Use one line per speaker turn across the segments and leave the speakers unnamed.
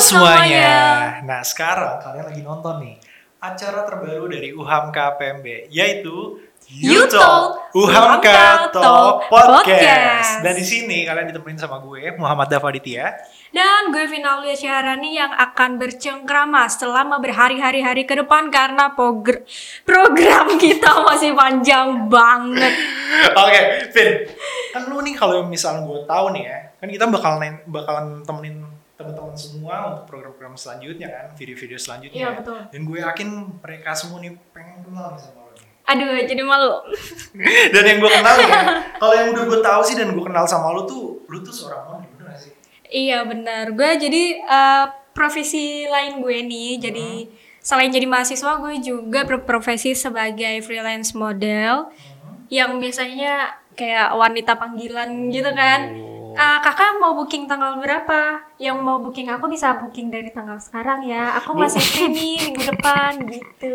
semuanya.
Nah, sekarang kalian lagi nonton nih acara terbaru dari UHAMKA PMB yaitu
You
UHAMKA
Talk, UHAMKA Talk
Talk Podcast.
Podcast.
Dan di sini kalian ditemenin sama gue Muhammad Dafaditya.
Dan gue Vinaulia Syaharani yang akan bercengkrama selama berhari-hari hari ke depan karena pogr- program kita masih panjang banget.
Oke, Vin. Kan lu nih kalau misalnya gue tahu nih ya, kan kita bakal nen- bakalan temenin teman-teman semua untuk program-program selanjutnya kan, video-video selanjutnya.
Iya, betul.
Dan gue yakin mereka semua nih pengen kenal nih sama lu. nih.
Aduh, jadi malu.
dan yang gue kenal ya, kalau yang udah gue tahu sih dan gue kenal sama lu tuh, lu tuh seorang moni, bener gak sih?
Iya benar. Gue jadi eh, profesi lain gue nih. Jadi
Hmm.
selain jadi mahasiswa, gue juga berprofesi sebagai freelance model
Hmm.
yang biasanya kayak wanita panggilan gitu kan.
Oh.
Ah, kakak mau booking tanggal berapa? Yang mau booking aku bisa booking dari tanggal sekarang ya. Aku masih free nih minggu depan gitu.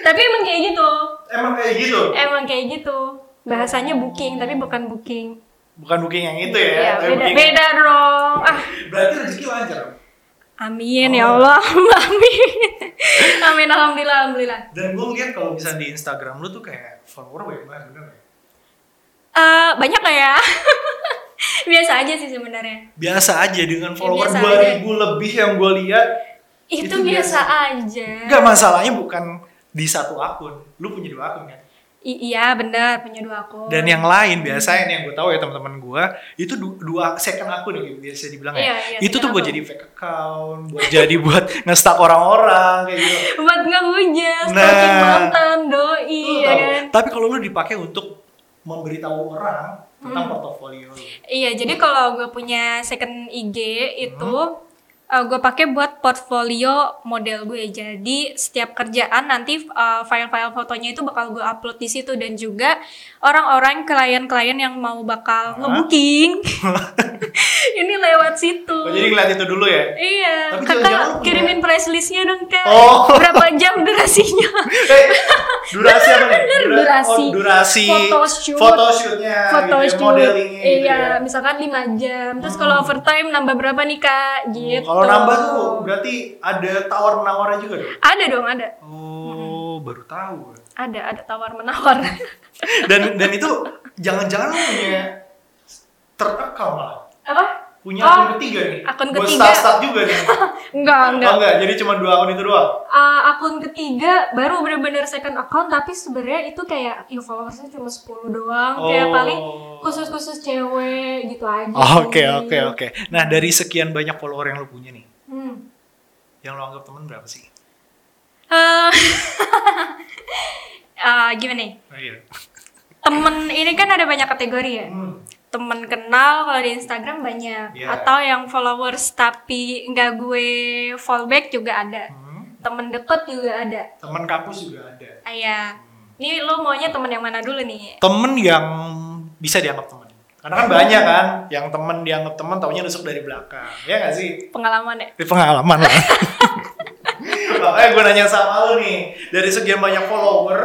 Tapi emang kayak gitu.
Emang kayak gitu?
Emang kayak gitu. Bahasanya booking tapi bukan booking.
Bukan booking yang itu ya?
Iya,
tapi
beda,
booking-
beda dong. Ah,
Berarti rezeki lancar. Om.
Amin
Oh.
ya Allah, amin. amin alhamdulillah alhamdulillah.
Dan gue ngeliat kalau misalnya di Instagram lu tuh kayak follower banyak banget, bener ya?
Eh, banyak lah ya. Biasa aja sih sebenarnya.
Biasa aja dengan follower
Ya, biasa
2000 lebih yang gue lihat
Itu,
Itu
biasa, aja.
Enggak masalahnya bukan di satu akun, lu punya dua akun kan.
I- iya benar punya dua akun.
Dan yang lain biasanya nih yang gue tahu ya teman-teman gue itu du- dua second akun yang biasa dibilang
Iya,
ya.
iya,
itu tuh
second
buat
akun.
jadi fake account, buat jadi buat ngestak orang-orang kayak gitu.
buat nggak punya
Nah.
stalking mantan doi
Lu
ya
tahu.
kan.
Tapi kalau lu dipakai untuk memberitahu orang tentang
Hmm.
portofolio lu.
Iya, jadi kalau gue punya second IG itu
Hmm.
eh, gue pakai buat portfolio model gue. Jadi setiap kerjaan nanti eh, file-file fotonya itu bakal gue upload di situ dan juga orang-orang klien-klien yang mau bakal ngebooking ini lewat situ.
Oh, jadi ngeliat itu dulu ya.
Iya,
Tapi jangan-jangan lu
kakak
punya-
kirimin price listnya dong kak.
Oh.
Berapa jam durasinya?
Eh, durasi apa nih?
Bener,
Dura-
durasi.
Oh, durasi.
Photoshoot.
Photoshootnya. gitu
foto
ya,
shoot.
modelingnya gitu
iya
ya. Hmm.
misalkan 5 jam terus kalau overtime nambah berapa nih kak gitu
Kalau nambah tuh berarti ada tawar menawarnya juga dong.
ada dong ada
Oh, baru tahu.
ada ada tawar menawar
Dan dan itu jangan-jangan lu punya terekam lah.
apa
Punya
Oh,
akun ketiga nih.
akun
Buat
ketiga.
staff-staff juga nih.
enggak enggak
Oh enggak, jadi cuma dua akun itu doang.
Eh, akun ketiga baru bener-bener second account tapi sebenarnya itu kayak ya followersnya cuma 10 doang kayak
Oh. Ah,
paling khusus-khusus cewek gitu aja
Oke,
sih.
oke, oke. Nah, dari sekian banyak follower yang lu punya nih,
hmm.
yang lu anggap temen berapa sih?
Eh, eh, gimana nih
Oh, iya.
temen ini kan ada banyak kategori ya
Hmm.
temen kenal kalau di Instagram banyak
Iya.
atau yang followers tapi nggak gue fallback juga ada
Hmm.
temen deket juga ada
Temen kampus juga ada.
ayah ini lo maunya temen yang mana dulu nih
Temen yang bisa dianggap temen. Karena kan banyak kan yang temen dianggap temen taunya nusuk dari belakang. Ya gak sih?
pengalaman ya
Itu pengalaman lah. Makanya gue Eh, nanya sama lu nih, dari sekian banyak follower,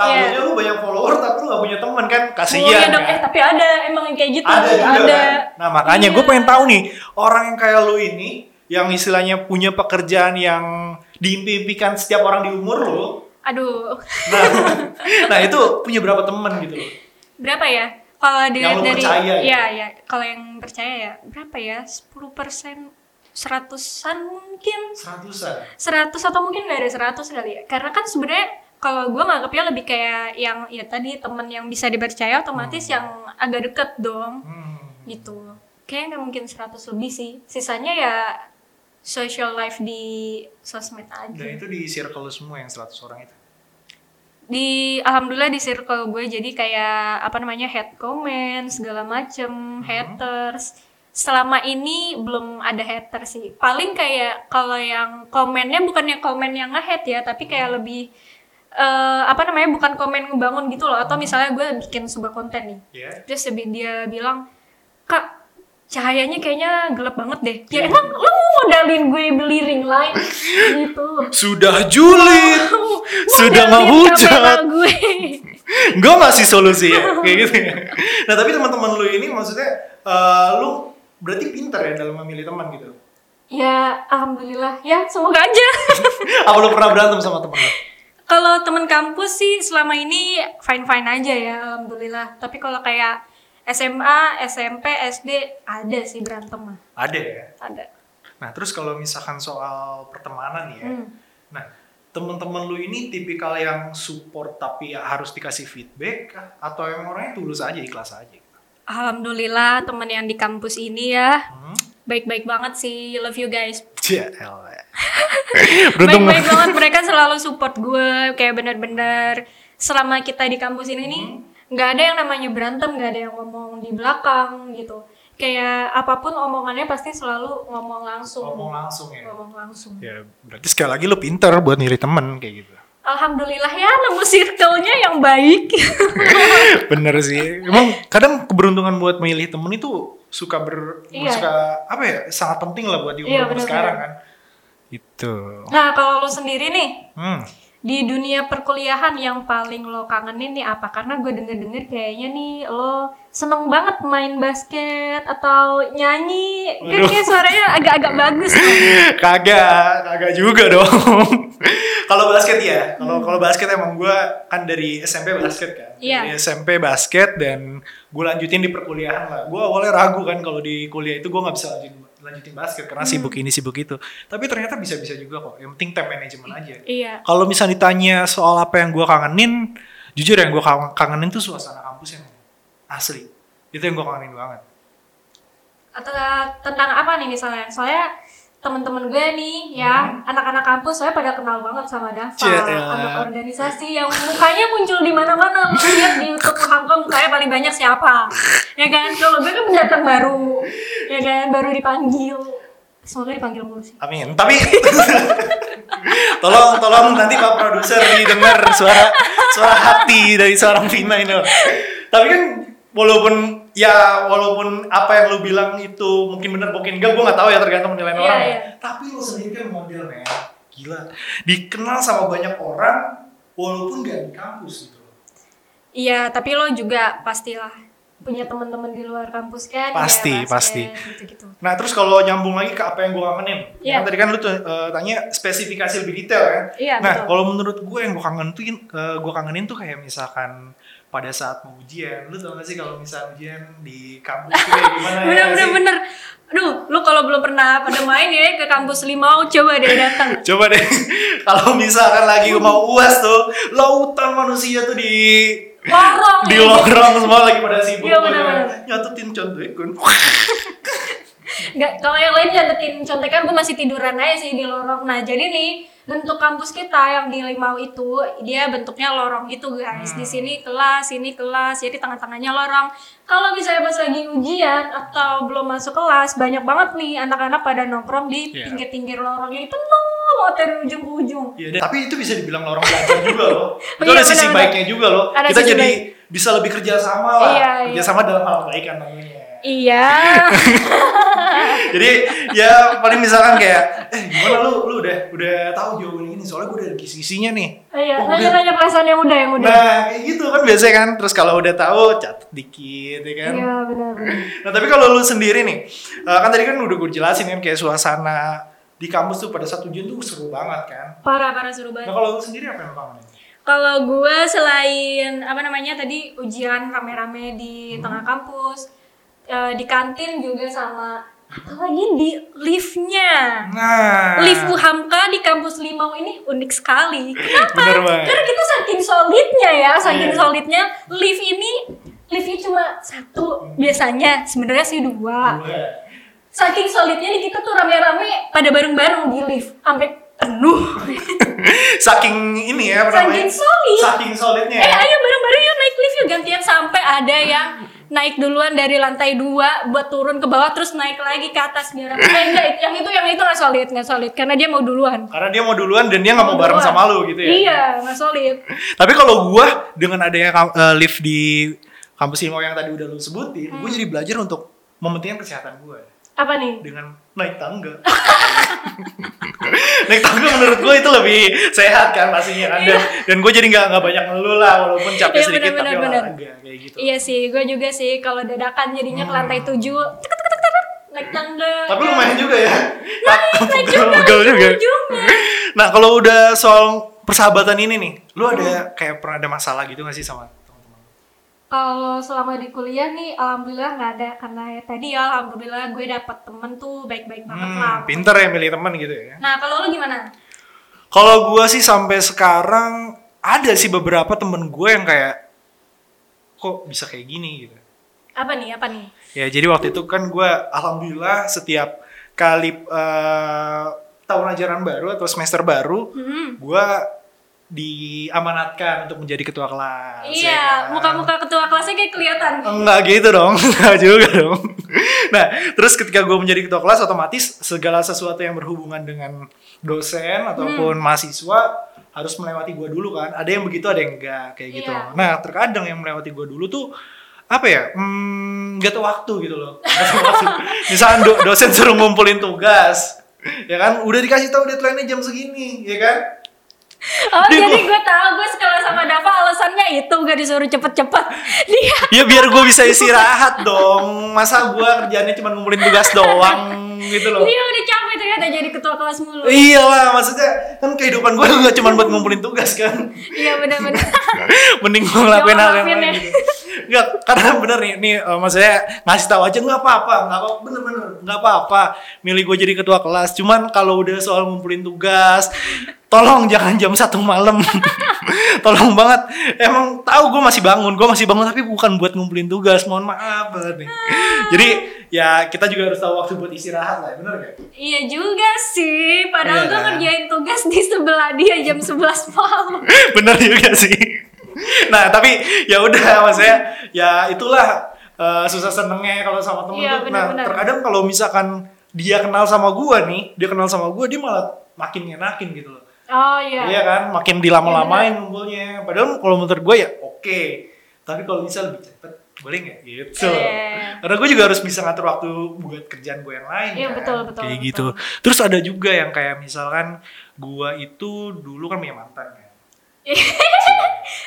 tahunya lu banyak follower tapi lu gak punya temen kan?
Maunya
Kasihan
Iya. dong eh
kan?
tapi ada emang yang kayak gitu
ada juga
ada.
kan? Nah makanya gue
Iya.
pengen tahu nih orang yang kayak lu ini yang istilahnya punya pekerjaan yang diimpikan setiap orang di umur lo.
aduh
Nah, nah itu punya berapa temen gitu loh.
berapa ya kalau
Yang
dilihat
lo
dari
percaya gitu.
ya ya kalau yang percaya ya berapa ya 10% persen seratusan mungkin
Seratusan.
100 atau mungkin nggak ada 100 kali ya karena kan sebenarnya kalau gue nganggapnya lebih kayak yang ya tadi temen yang bisa dipercaya otomatis yang agak deket dong
Hmm.
gitu kayaknya nggak mungkin 100 lebih sih sisanya ya social life di sosmed
Dan
aja
itu di circle lu semua yang 100 orang itu.
di alhamdulillah di circle gue jadi kayak apa namanya head comment segala macem haters selama ini belum ada hater sih paling kayak kalau yang komennya bukannya komen yang nge-hate ya tapi kayak lebih eh, apa namanya bukan komen ngebangun gitu loh atau misalnya gue bikin sebuah konten nih
Ya.
terus dia- dia bilang kak cahayanya kayaknya gelap banget deh ya emang lu mau modalin gue beli ring light gitu
Sudah julid, Sudah
Modalin
ngehujat.
kamera gue.
gue ngasih solusi ya kayak gitu ya. Nah tapi teman-teman lu ini maksudnya eh, lu berarti pinter ya dalam memilih teman gitu.
Ya, alhamdulillah. Ya, semoga aja.
Apa lu pernah berantem sama temen lu?
kalau teman kampus sih selama ini fine-fine aja ya, alhamdulillah. Tapi kalau kayak SMA, SMP, SD ada sih berantem mah.
Ada ya.
Ada.
Nah, terus kalau misalkan soal pertemanan ya.
Hmm.
Nah, temen-temen lu ini tipikal yang support tapi ya harus dikasih feedback kah? atau emang orangnya tulus aja ikhlas aja gitu?
Alhamdulillah teman yang di kampus ini ya
Hmm?
baik-baik banget sih. Love you guys.
JL.
Baik-baik banget mereka selalu support gue kayak bener-bener selama kita di kampus ini nih nggak ada yang namanya berantem nggak ada yang ngomong di belakang gitu kayak apapun omongannya pasti selalu ngomong langsung
ngomong langsung ya.
Ngomong langsung
Ya, berarti sekali lagi lu pinter buat nyari temen kayak gitu.
alhamdulillah ya nemu circle-nya yang baik
Bener sih. Emang kadang keberuntungan buat milih temen itu suka ber
Iya.
suka apa ya? Sangat penting lah buat di
Iya,
umur
bener-bener.
sekarang kan. Itu.
nah kalau lo sendiri nih
Hmm.
di dunia perkuliahan yang paling lo kangenin nih apa? Karena gue denger-denger kayaknya nih lo seneng banget main basket atau nyanyi. Kan
Waduh.
kayak suaranya agak-agak bagus. tuh.
kagak kagak juga dong kalau basket ya kalau kalau basket emang gue kan dari SMP basket kan
Iya.
dari SMP basket dan gue lanjutin di perkuliahan lah gue awalnya ragu kan kalau di kuliah itu gue nggak bisa lanjutin lanjutin basket karena
Hmm.
sibuk ini sibuk itu tapi ternyata bisa bisa juga kok yang penting time management aja gitu.
iya.
kalau misalnya ditanya soal apa yang gue kangenin jujur yang gue kangenin tuh suasana kampus yang asli itu yang gue kangenin banget
Atau tentang apa nih misalnya? Soalnya temen-temen gue nih ya
Hmm.
anak-anak kampus saya pada kenal banget sama Dava
Cielah.
anak organisasi yang mukanya muncul di mana-mana Lu lihat di YouTube kampus mukanya paling banyak siapa ya kan kalau gue kan pendatang baru ya kan baru dipanggil semoga dipanggil mulu sih
Amin. Tapi tolong tolong nanti Pak produser didengar suara suara hati dari seorang Vina ini. loh. Tapi kan walaupun ya walaupun apa yang lu bilang itu mungkin bener mungkin enggak gua nggak tahu ya tergantung penilaian
Iya,
orang. ya.
iya.
Tapi lu sendiri kan model men. Gila. Dikenal sama banyak orang walaupun gak di kampus gitu.
Iya, tapi lo juga pastilah punya teman-teman di luar kampus kan?
Pasti,
kayak basket,
pasti.
Gitu-gitu.
Nah terus kalau nyambung lagi ke apa yang gue kangenin,
Iya.
kan tadi kan lu tuh, eh, tanya spesifikasi lebih detail kan.
Iya,
nah
betul.
kalau menurut gue yang gue kangen tuh, gue kangenin tuh kayak misalkan pada saat mau ujian, lu tau gak sih kalau misalnya ujian di kampus tuh kayak gimana ya?
Bener,
gak
bener,
sih?
bener. Aduh, lo kalau belum pernah pada main ya ke kampus Limau, coba deh datang.
Coba deh, kalau misalkan lagi mau uas tuh, lautan manusia tuh di
Lorong.
di
ya.
lorong semua lagi pada sibuk. ya.
Iya, bener-bener.
Nyatetin contoh ikun.
Nggak, kalau yang lain nyantetin contekan gue masih tiduran aja sih di lorong. Nah, jadi nih bentuk kampus kita yang di Limau itu dia bentuknya lorong gitu guys.
Hmm.
Di sini kelas, sini kelas, jadi tengah-tengahnya lorong. Kalau misalnya pas lagi ujian atau belum masuk kelas, banyak banget nih anak-anak pada nongkrong di
Iya.
pinggir-pinggir lorong ini penuh banget dari ujung ke ujung.
Iya, dan- tapi itu bisa dibilang lorong belajar juga loh.
Oh
Itu
iya,
ada sisi
benar-benar.
baiknya juga loh.
Ada
Kita
sisi
jadi
baik.
bisa lebih kerjasama lah.
Iya, iya.
kerjasama dalam hal kebaikan namanya.
Iya.
jadi ya paling misalkan kayak, eh gimana lu, lu udah udah tahu jawaban ini soalnya gue udah ada kisi-kisinya nih.
Iya,
Oh, udah.
nanya-nanya perasaan yang udah yang udah.
Nah kayak gitu kan biasanya kan. Terus kalau udah tahu catat dikit ya kan.
Iya, benar. benar.
Nah tapi kalau lu sendiri nih, eh, kan tadi kan udah gue jelasin kan kayak suasana di kampus tuh pada satu ujian tuh seru banget kan.
Parah-parah seru banget.
Nah kalau lu sendiri apa yang lu kangenin?
Kalau gue selain apa namanya tadi ujian rame-rame di tengah kampus, eh, di kantin juga sama apalagi di liftnya.
Nah,
Lift Hamka di kampus Limau ini unik sekali. Kenapa?
Bener banget.
Karena kita saking solidnya ya,
Iya.
saking solidnya lift ini liftnya cuma satu biasanya, sebenarnya sih dua.
Dua.
Saking solidnya nih kita tuh rame-rame pada bareng-bareng di lift sampai penuh.
saking ini ya apa
Saking
namanya?
solid.
saking solidnya
Eh
ya.
ayo bareng-bareng yuk naik lift yuk gantian sampai ada yang naik duluan dari lantai dua buat turun ke bawah terus naik lagi ke atas biar apa eh, enggak yang itu yang itu nggak solid nggak solid karena dia mau duluan
karena dia mau duluan dan dia nggak mau bareng
Duluan.
sama lu gitu ya
iya nggak solid
tapi kalau gua dengan adanya kam- eh, lift di kampus ilmu yang tadi udah lu sebutin
Hmm.
gua jadi belajar untuk mementingkan kesehatan gua
apa nih
dengan naik tangga naik tangga menurut gua itu lebih sehat kan pastinya kan dan, dan gue jadi nggak nggak banyak ngeluh lah walaupun capek
Iya,
sedikit tapi
benar-benar,
olahraga kayak gitu
iya sih gue juga sih kalau dadakan jadinya ke lantai tujuh tek, tek, tek, tek, tek, like tangga
Hmm.
Nah, iya,
Tapi lumayan juga ya.
naik juga
Pegel juga.
naik juga
Nah, kalau udah soal persahabatan ini nih, lu ada kayak pernah ada masalah gitu gak sih sama teman-teman?
Kalau selama di kuliah nih, alhamdulillah nggak ada karena ya, tadi ya alhamdulillah gue dapet temen tuh baik-baik banget lah.
Hmm, pinter ya milih teman gitu ya.
Nah kalau lu gimana?
Kalau gua sih sampai sekarang ada sih beberapa temen gue yang kayak kok bisa kayak gini gitu.
Apa nih? Apa nih?
Ya jadi waktu itu kan gua alhamdulillah setiap kali eh, tahun ajaran baru atau semester baru
Hmm.
gua diamanatkan untuk menjadi ketua kelas. ya
Iya,
kan?
muka-muka ketua kelasnya kayak kelihatan.
Enggak gitu dong, enggak juga dong. Nah, terus ketika gue menjadi ketua kelas, otomatis segala sesuatu yang berhubungan dengan dosen ataupun mahasiswa harus melewati gue dulu kan. Ada yang begitu, ada yang enggak kayak gitu.
Iya.
Nah, terkadang yang melewati gue dulu tuh apa ya? Hmm, gak tau waktu gitu loh. Nggak tahu waktu. Misalkan do- dosen suruh ngumpulin tugas, ya kan? Udah dikasih tahu deadline-nya jam segini, ya kan?
Oh
Dia
jadi
gua-
gue tahu gue sekolah sama Dava alasannya itu gak disuruh cepet-cepet. Dia
Ya biar gue bisa istirahat dong. Masa gue kerjaannya cuma ngumpulin tugas doang gitu loh.
dia udah capek ternyata jadi ketua kelas mulu.
Iya lah, maksudnya kan kehidupan gue nggak cuma buat ngumpulin tugas kan.
Iya benar-benar.
Mending gue ngelakuin
Jangan
hal yang
maafin
lain.
ya.
gitu. Nggak, karena bener nih, nih eh, maksudnya ngasih tahu aja nggak apa-apa, nggak apa bener-bener nggak apa-apa. Milih gue jadi ketua kelas, cuman kalau udah soal ngumpulin tugas, tolong jangan jam satu malam. tolong banget. Emang tahu gue masih bangun, gue masih bangun tapi bukan buat ngumpulin tugas. Mohon maaf banget nih. Jadi ya kita juga harus tahu waktu buat istirahat lah, bener gak?
iya juga sih. Padahal
Iya.
gue kerjain tugas di sebelah dia jam 11 malam.
bener juga sih nah tapi ya udah maksudnya ya itulah eh, susah senengnya kalau sama temen
Iya,
tuh. nah
bener-bener.
terkadang kalau misalkan dia kenal sama gua nih dia kenal sama gua dia malah makin ngenakin gitu loh
Oh iya.
iya kan makin dilama-lamain ngumpulnya padahal kalau menurut gua ya oke tapi kalau bisa lebih cepet boleh nggak gitu
Iya.
karena gue juga harus bisa ngatur waktu buat kerjaan gue yang lain
Iya,
kan.
betul, betul,
kayak
betul.
gitu terus ada juga yang kayak misalkan gua itu dulu kan punya mantan kan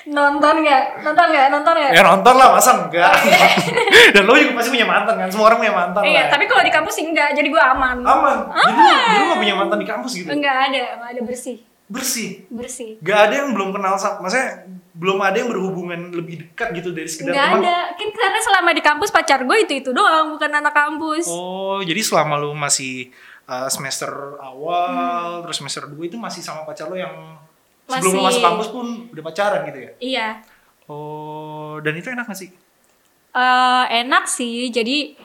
Nonton gak? Nonton gak? Nonton gak?
Ya nonton lah masa enggak Dan lo juga pasti punya mantan kan Semua orang punya mantan lah
Iya, tapi kalau di kampus sih enggak, jadi gue aman.
Aman Jadi lo, lo gak punya mantan di kampus gitu
Enggak ada, enggak ada bersih.
Bersih
Bersih.
Gak ada yang belum kenal sama Maksudnya belum ada yang berhubungan lebih dekat gitu dari sekedar
Enggak
teman
ada. Kan karena selama di kampus pacar gue itu-itu doang, bukan anak kampus.
Oh jadi selama lo masih uh, semester
Hmm.
awal Terus semester 2 itu masih sama pacar lo yang Sebelum lo
Masih.
masuk kampus pun udah pacaran gitu ya
Iya.
Oh dan itu enak gak sih?
Eh, enak sih, jadi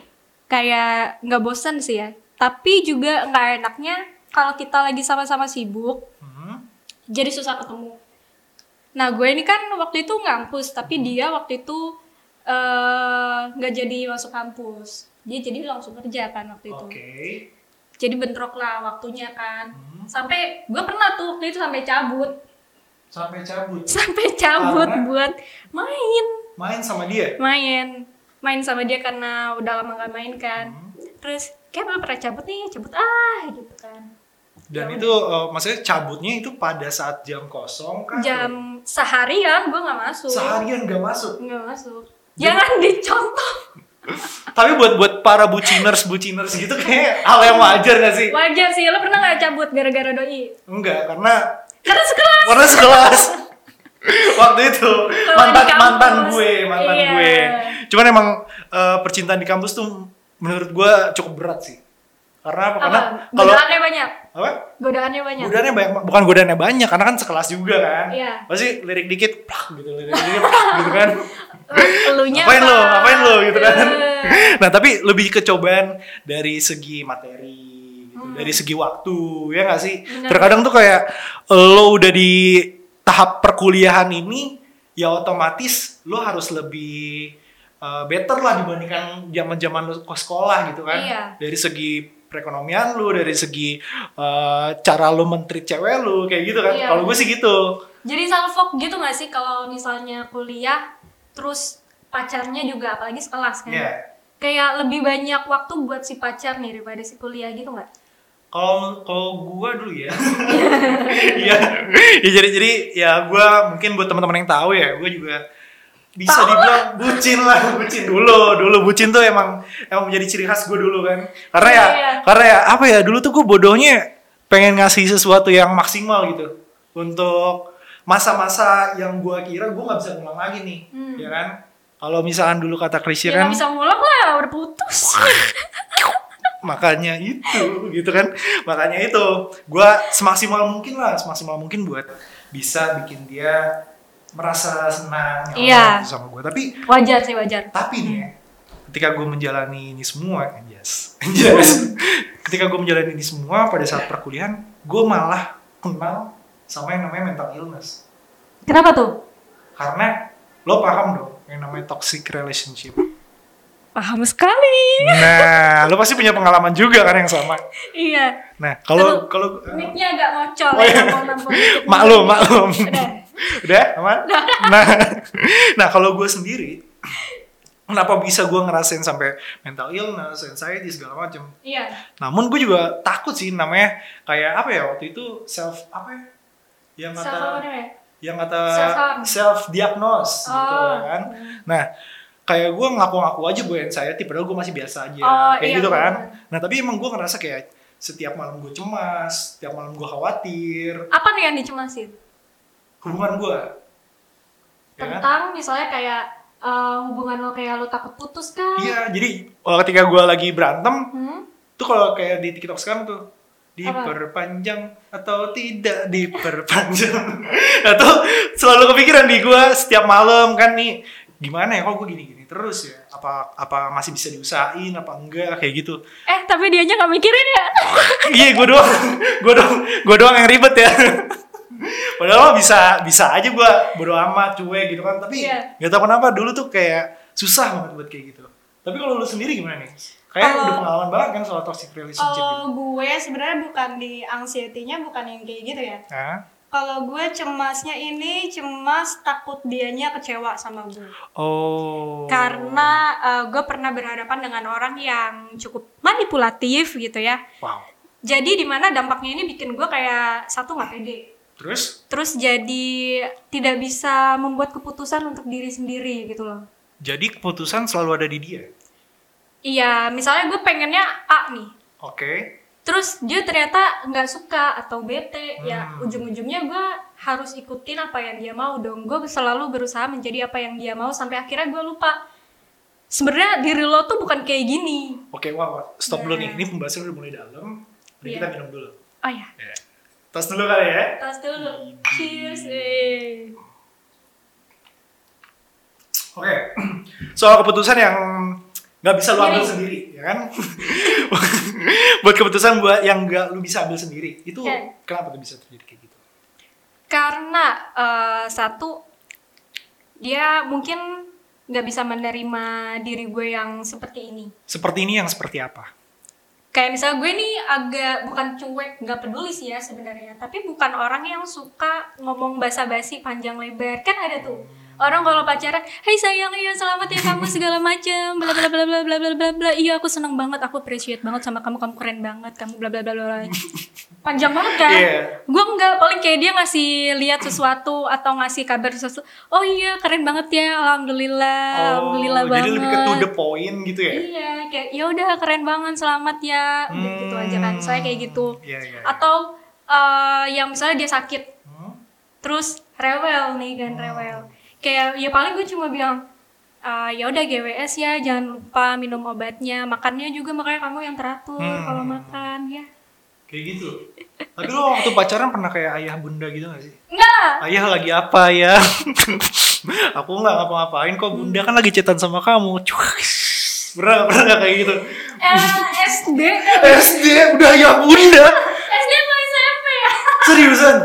kayak nggak bosen sih ya. Tapi juga nggak enaknya kalau kita lagi sama-sama sibuk,
Hmm.
jadi susah ketemu. Nah gue ini kan waktu itu ngampus,
Hmm.
tapi dia waktu itu eh, nggak jadi masuk kampus. Dia jadi langsung kerja kan waktu itu.
Oke
Jadi bentrok lah waktunya kan.
Hmm.
Sampai gue pernah tuh waktu itu sampai cabut,
Sampai cabut
sampai cabut
Karena?
buat main,
Main sama dia
main, main sama dia karena udah lama nggak main kan.
Hmm.
Terus kayak belum pernah cabut nih, cabut ah gitu kan.
Dan
Ya
itu eh, maksudnya cabutnya itu pada saat jam kosong kan?
Jam seharian gue nggak masuk.
seharian gak masuk.
Nggak masuk. Jangan dicontoh.
Tapi buat buat para buciners buciners gitu kayak hal yang wajar gak sih?
Wajar sih, lo pernah nggak cabut gara-gara doi?
Enggak, karena
Karena sekelas.
karena sekelas. Waktu itu mantan
di kampus.
mantan gue, mantan
Iya.
gue. Cuman emang eh, percintaan di kampus tuh menurut gue cukup berat sih. Karena apa? Karena
Apa?
kalau
Godaannya banyak.
apa?
Godaannya banyak.
Godaannya banyak, bukan godaannya banyak karena kan sekelas juga kan.
Iya.
Pasti lirik dikit, plak gitu, lirik dikit, plak gitu kan.
Elunya
ngapain
apa?
lo ngapain lo gitu kan
Eh.
nah tapi lebih ke cobaan dari segi materi gitu, dari segi waktu ya nggak sih
Hmm. Benar.
terkadang tuh kayak lo udah di tahap perkuliahan ini ya otomatis lo harus lebih uh, better lah dibandingkan zaman zaman lo ke sekolah gitu kan
Iya.
dari segi perekonomian lo dari segi uh, cara lo menteri cewek lo kayak gitu kan
Iya.
kalau gue sih gitu
Jadi salfok gitu gak sih kalau misalnya kuliah terus pacarnya juga apalagi sekelas kan?
Iya.
Kayak lebih banyak waktu buat si pacar nih daripada si kuliah gitu nggak?
kalau kalau gua dulu ya Iya. ya jadi jadi ya gua mungkin buat teman-teman yang tahu ya gua juga bisa dibilang bucin lah bucin dulu dulu bucin tuh emang emang menjadi ciri khas gue dulu kan karena ya
Iya, iya.
karena ya apa ya dulu tuh gue bodohnya pengen ngasih sesuatu yang maksimal gitu untuk masa-masa yang gue kira gue nggak bisa ngulang lagi nih
Hmm.
ya kan kalau misalkan dulu kata Krisya
Ya
kan
nggak bisa ngulang lah, udah putus.
makanya itu gitu kan makanya itu gua semaksimal mungkin lah semaksimal mungkin buat bisa bikin dia merasa senang nyaman
Iya.
gitu sama gua tapi
wajar sih wajar.
tapi nih ya, ketika gua menjalani ini semua anjas anjas ketika gua menjalani ini semua pada saat perkuliahan gua malah kenal sama yang namanya mental illness
Kenapa tuh?
karena lo paham dong yang namanya toxic relationship
Paham sekali.
nah lo pasti punya pengalaman juga kan yang sama
Iya.
nah kalau kalau
Mic-nya agak ya, ngocol.
Oh, iya.
nampol-nampol dikit.
maklum maklum
gitu. Udah.
udah aman nah nah kalau gue sendiri kenapa bisa gue ngerasain sampai mental illness anxiety segala macam
Iya.
namun gue juga takut sih namanya kayak apa ya waktu itu self apa ya yang
Self
kata
apa namanya?
yang kata
Self-harm.
self diagnose gitu
Oh.
kan nah kayak gue ngaku-ngaku aja gue anxiety padahal gue masih biasa aja
Oh,
kayak
iya,
gitu kan
bener.
nah tapi emang gue ngerasa kayak setiap malam gue cemas setiap malam gue khawatir
Apa nih yang dicemasin?
Iya. hubungan ya kan? gue
Tentang misalnya kayak eh, hubungan lo kayak lo takut putus kan?
Iya, jadi oh, ketika gue lagi berantem
Hmm?
tuh kalau kayak di TikTok sekarang tuh
Apa?
diperpanjang atau tidak diperpanjang atau selalu kepikiran di gue setiap malam kan nih gimana ya kok gue gini-gini terus ya apa apa masih bisa diusahain apa enggak kayak gitu
Eh tapi dia aja nggak mikirin ya?
iya gue doang gue doang gue doang yang ribet ya padahal mah bisa bisa aja gue bodo amat cuek gitu kan tapi
Iya.
nggak tahu kenapa dulu tuh kayak susah banget buat kayak gitu tapi kalau lu sendiri gimana nih kayak
Kalau- Oh.
udah pengalaman banget kan soal toxic relationship gitu.
Kalau gue sebenarnya bukan di anxiety-nya bukan yang kayak gitu ya.
Hah?
Kalau gue cemasnya ini cemas takut dianya kecewa sama gue.
oh
Karena eh, gue pernah berhadapan dengan orang yang cukup manipulatif gitu ya.
wow
Jadi dimana dampaknya ini bikin gue kayak satu nggak pede.
terus
Terus jadi tidak bisa membuat keputusan untuk diri sendiri gitu loh.
jadi keputusan selalu ada di dia
Iya, misalnya gue pengennya A nih.
oke
Terus dia ternyata nggak suka atau bete, ya
Hmm.
ujung-ujungnya gue harus ikutin apa yang dia mau dong. Gue selalu berusaha menjadi apa yang dia mau sampai akhirnya gue lupa. Sebenarnya diri lo tuh bukan kayak gini.
oke wow, wow. stop dulu nih
Nah.
ini pembahasan udah mulai dalam Mending
Iya.
kita minum dulu
Oh ya,
ya. tas dulu kali ya
tas dulu. Cheers. eh.
Oke, soal keputusan yang nggak bisa lu ambil
Sendiri.
sendiri, ya kan? buat keputusan buat yang nggak lu bisa ambil sendiri, itu
Oke.
kenapa tuh bisa terjadi kayak gitu?
Karena eh, satu dia mungkin nggak bisa menerima diri gue yang seperti ini.
Seperti ini yang seperti apa?
kayak misalnya gue nih agak bukan cuek nggak peduli sih ya sebenarnya tapi bukan orang yang suka ngomong basa-basi panjang lebar kan ada tuh orang kalau pacaran hey sayang iya selamat ya kamu segala macam bla bla bla bla bla bla bla bla iya aku seneng banget aku appreciate banget sama kamu kamu keren banget kamu bla bla bla bla bla." panjang banget kan
Iya.
gue nggak paling kayak dia ngasih lihat sesuatu atau ngasih kabar sesuatu oh iya keren banget ya alhamdulillah alhamdulillah banget
Oh, jadi lebih ke to the point gitu ya?
Iya, kayak ya udah keren banget, selamat ya, udah gitu aja kan. Saya kayak gitu.
Hmm. Iya, iya.
Atau eh, yang misalnya dia sakit,
Hmm?
terus rewel nih kan rewel. Kayak ya paling gue cuma bilang "Eh, ya udah GWS ya, jangan lupa minum obatnya, makannya juga makanya kamu yang teratur
Hmm.
kalau makan ya.
Kayak gitu. Tapi lu waktu pacaran pernah kayak ayah bunda gitu gak sih?
Enggak.
Ayah lagi apa ya? Aku nggak ngapa-ngapain kok bunda kan lagi cetan sama kamu. Pernah, pernah nggak kayak gitu?
Eh, SD
SD udah ayah bunda.
SD mau SMP ya.
Seriusan?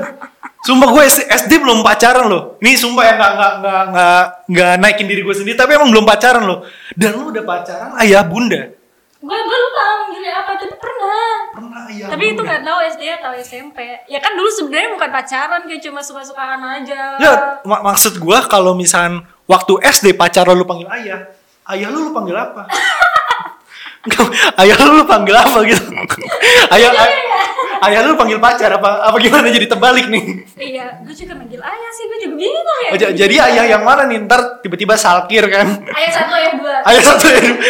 Sumpah gue S- SD belum pacaran loh. Nih sumpah ya nggak nggak nggak nggak nggak naikin diri gue sendiri, tapi emang belum pacaran loh. Dan lu udah pacaran ayah bunda.
Gue gue lupa manggilnya apa tapi pernah.
Pernah ayah.
Tapi itu
bunda.
nggak tahu SD atau SMP. Ya kan dulu sebenarnya bukan pacaran kayak cuma suka-sukaan aja.
Ya, mak- maksud gue kalau misalkan waktu SD pacaran lu panggil ayah, ayah lu lu panggil apa?
Iya,
ayah lu lu panggil apa gitu? ayah, ay- ayah, ayah lu panggil pacar apa apa gimana jadi terbalik nih
Iya, gue juga manggil ayah sih, gue juga bingung ya.
Oh, j- jadi ayah yang mana nih ntar tiba-tiba salkir kan
Ayah satu, ayah dua.
ayah satu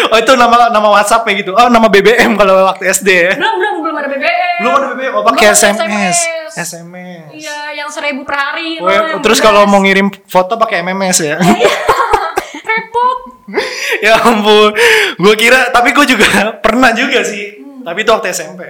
oh itu nama nama WhatsAppnya gitu oh nama BBM kalau waktu SD ya
Belum, belum, belum ada BBM.
belum ada BBM oh pakai
Belum ada
SMS
SMS.
SMS
Iya, yang seribu per hari.
Oh,
loh, yang
terus
belas.
kalau mau ngirim foto pakai MMS ya
Iya, repot.
ya ampun gue kira tapi gue juga pernah juga sih tapi itu waktu SMP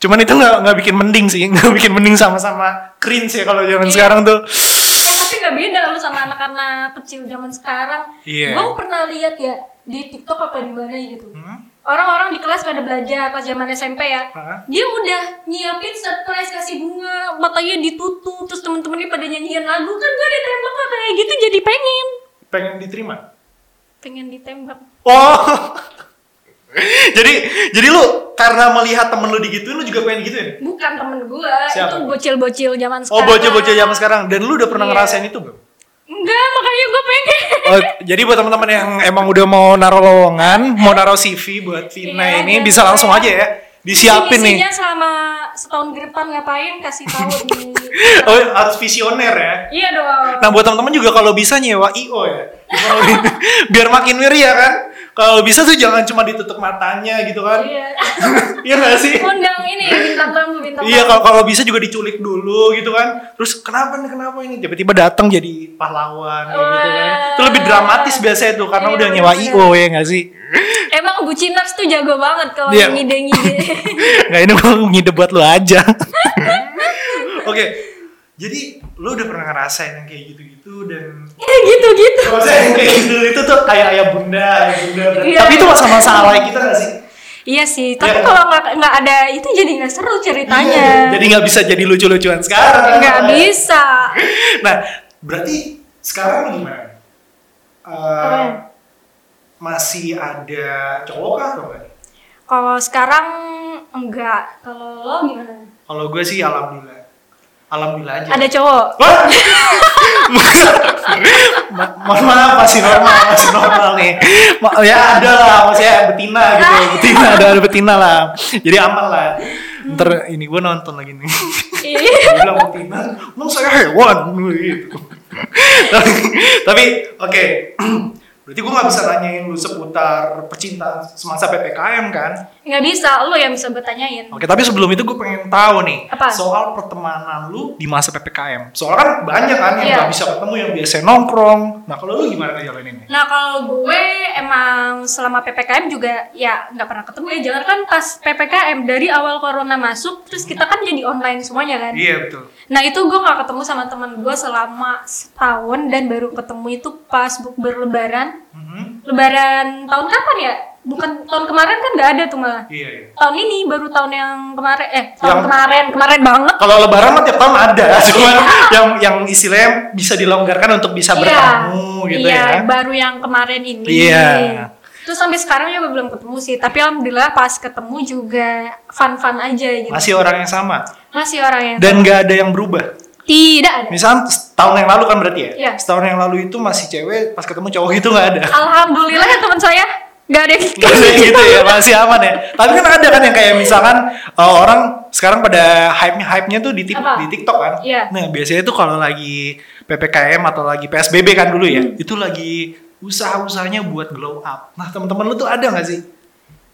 cuman itu nggak nggak bikin mending sih nggak bikin mending sama-sama cringe ya kalau zaman
Iya.
sekarang tuh
Ya, tapi nggak beda lu sama anak-anak kecil zaman sekarang.
Iya.
Gue pernah lihat ya di TikTok apa di mana gitu.
Hmm?
Orang-orang di kelas pada belajar pas zaman SMP ya.
Hah?
Dia udah nyiapin surprise kasih bunga, matanya ditutup, terus temen-temennya pada nyanyian lagu kan gue ditembak lah kayak gitu jadi pengen,
pengen diterima
pengen ditembak.
oh jadi jadi lu karena melihat temen lu digituin lu juga pengen gitu ya
Bukan temen gue,
Siapa?
itu bocil-bocil zaman sekarang.
oh bocah-bocah zaman sekarang dan lu udah pernah
Iya.
ngerasain itu belum
Enggak, makanya gue pengen.
Oh, jadi buat teman-teman yang emang udah mau naruh lowongan, mau naruh CV buat Vina
Iya,
ini
dan
bisa langsung
saya-
aja ya. Disiapin nih.
Isinya selama setahun ke depan ngapain kasih tahu di.
Oh, harus visioner ya.
iya dong.
Nah, buat teman-teman juga kalau bisa nyewa IO ya. Biar makin meriah kan. Kalau bisa tuh jangan cuma ditutup matanya gitu kan.
Iya.
Iya nggak sih?
Undang ini bintang tamu bintang
Iya, kalau
tamu.
kalau bisa juga diculik dulu gitu kan. Terus kenapa nih kenapa ini tiba-tiba datang jadi pahlawan kayak gitu kan. Itu lebih dramatis biasanya tuh karena
Iya,
udah nyewa
bener-bener.
IO ya nggak sih?
Emang buciners tuh jago banget kalau
Iya.
ngide-ngide.
Nggak ini gue ngide buat lu aja. Oke. Jadi lu udah pernah ngerasain yang kayak gitu-gitu dan
Iya, gitu-gitu.
Maksudnya yang kayak gitu itu tuh kayak ayah bunda, ayah bunda.
Iya.
Tapi itu masa masa alay kita gak sih?
Iya sih, tapi
Iya.
kalau nggak nggak ada itu jadi nggak seru ceritanya.
Jadi nggak bisa jadi lucu-lucuan sekarang.
Nggak bisa.
Nah, berarti sekarang lu gimana? Eh,
Keren.
masih ada cowok kah atau enggak?
Kalau sekarang enggak. Kalau lo gimana?
Kalau gue sih alhamdulillah. Alhamdulillah aja.
Ada cowok.
Wah! Ma- Mohon maaf masih normal, masih normal nih. Ma- ya ada lah, maksudnya betina gitu, betina ada ada betina lah. Jadi aman lah. Ntar ini gue nonton lagi nih.
Iya.
Dia bilang betina, emang saya hewan gitu. tapi, tapi oke. Berarti gue gak bisa nanyain lu seputar percintaan semasa PPKM kan?
Nggak bisa, lo yang bisa bertanyain.
Oke, tapi sebelum itu gue pengen tahu nih
Apa?
soal pertemanan lu di masa ppkm. Soalnya kan banyak kan yang
Iya.
nggak bisa ketemu, yang biasa nongkrong. Nah, kalau lu gimana ngejalaninnya?
Nah kalau gue emang selama PPKM juga ya nggak pernah ketemu ya Jangan kan pas PPKM dari awal corona masuk terus kita kan jadi online semuanya kan
Iya betul.
Nah itu gue nggak ketemu sama teman gue selama setahun dan baru ketemu itu pas bukber lebaran
Mhm.
Lebaran tahun kapan ya? Bukan tahun kemarin kan nggak ada tuh malah
Iya. iya.
Tahun ini baru tahun yang kemarin eh tahun
Yang-
kemarin kemarin banget
Kalau lebaran mah tiap tahun ada,
Iya.
cuman yang yang istilahnya bisa dilonggarkan untuk bisa bertemu gitu
iya,
ya.
baru yang kemarin ini.
Iya.
Terus sampai sekarang juga belum ketemu sih, tapi alhamdulillah pas ketemu juga fun-fun aja gitu. Masih,
Masih orang yang sama
orang yang
dan nggak ada yang berubah.
tidak ada.
Misal tahun yang lalu kan berarti ya?
Iya.
Setahun yang lalu itu masih cewek, pas ketemu cowok itu nggak ada.
Alhamdulillah ya teman saya nggak ada yang
Gak ada yang gitu ya, masih aman ya. Tapi kan ada kan yang kayak misalkan uh, orang sekarang pada hype-nya hype-nya tuh di, tik-
Apa?
di TikTok kan.
Iya.
Nah, biasanya tuh kalau lagi PPKM atau lagi PSBB kan dulu ya,
Hmm.
itu lagi usaha-usahanya buat glow up. Nah, teman-teman lu tuh ada gak sih?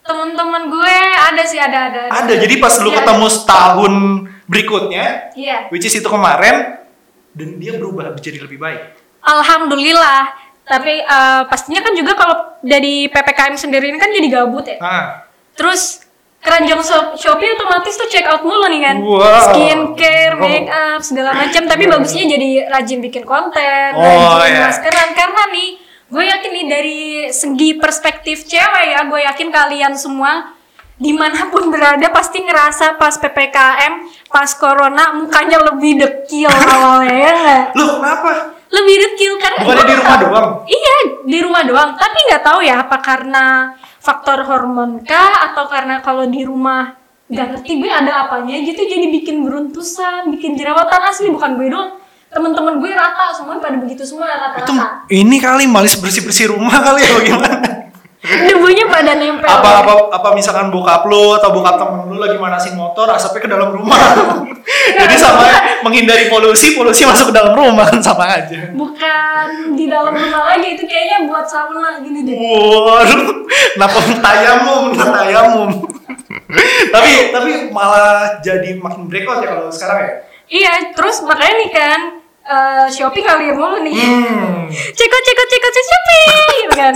Teman-teman gue ada sih ada ada.
Ada. Jadi pas lu
Iya.
ketemu setahun berikutnya,
Iya.
which is itu kemarin dan dia berubah menjadi lebih baik.
Alhamdulillah. Tapi eh, pastinya kan juga kalau dari PPKM sendiri ini kan jadi gabut ya.
Ah,
Terus keranjang shop, Shopee otomatis tuh check out mulu nih kan.
Wow. Oh.
Skincare,
Wow.
make up, segala macam. Tapi bagusnya jadi rajin bikin konten,
Oh,
rajin
iya.
maskeran karena nih gue yakin nih dari segi perspektif cewek ya, gue yakin kalian semua dimanapun berada pasti ngerasa pas ppkm, pas corona mukanya lebih dekil awalnya ya nggak?
lu kenapa?
Lebih dekil karena
Bukannya di rumah doang?
Iya di rumah doang, tapi nggak tahu ya apa karena faktor hormon kah atau karena kalau di rumah nggak ngerti gue ada apanya gitu jadi bikin beruntusan, bikin jerawatan asli bukan gue doang. Temen-temen gue rata semua pada begitu semua
Itu
rata-rata.
ini kali malis bersih-bersih rumah kali ya bagaimana?
debunya pada nempel
apa apa apa misalkan bokap lu atau bokap temen lu lagi manasin motor asapnya ke dalam rumah jadi sama menghindari polusi polusi masuk ke dalam rumah kan sama aja
bukan di dalam rumah lagi itu kayaknya buat sauna gini deh
waduh kenapa ya, tayamum tayamum tapi tapi malah jadi makin breakout ya kalau sekarang ya
iya terus makanya nih kan eh, shopping ngalir mulu nih
hmm.
cekot cekot cekot cekot, shopping gitu kan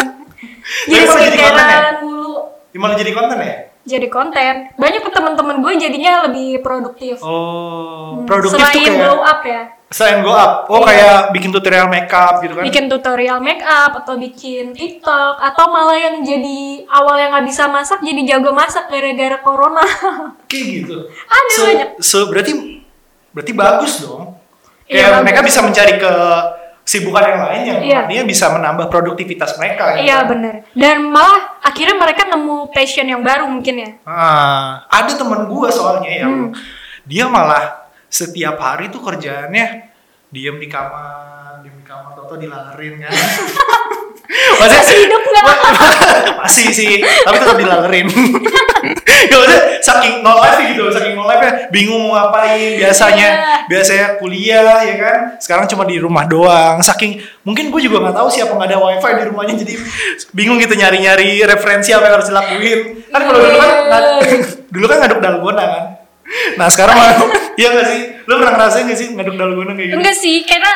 jadi
Tapi malah jadi konten
skincare
ya?
mulu
ini malah jadi konten ya
jadi konten banyak tuh teman-teman gue jadinya lebih produktif
oh
Hmm,
produktif tuh
selain
kayak
blow up ya
selain go up oh kayak bikin tutorial makeup gitu kan
bikin tutorial make up atau bikin TikTok atau malah yang jadi awal yang nggak bisa masak jadi jago masak gara-gara corona
kayak gitu.
Ada
so,
banyak.
so, berarti berarti bagus dong.
Iya,
Kayak
bagus.
mereka bisa mencari ke sibukan yang lain yang
Iya.
artinya bisa menambah produktivitas mereka. ya
iya
kan?
bener dan malah akhirnya mereka nemu passion yang baru mungkin ya
Ah, ada teman gua soalnya yang
Hmm.
dia malah setiap hari tuh kerjaannya diem di kamar, diem di kamar, toto dilalerin kan. Maksudnya-
Masih hidup nggak?
Masih sih, tapi tetap dilalerin. Gak maksudnya saking no life gitu, saking no life nya bingung mau ngapain biasanya.
Iya.
Biasanya kuliah ya kan, sekarang cuma di rumah doang. Saking mungkin gue juga nggak tahu siapa nggak ada wifi di rumahnya jadi bingung gitu nyari-nyari referensi apa yang harus dilakuin. Kan kalau dulu kan
Iya.
dulu kan ngaduk dalgona kan. Nah sekarang malah iya gak sih? Lo pernah ngerasain gak sih ngaduk dalgona kayak gitu?
enggak sih karena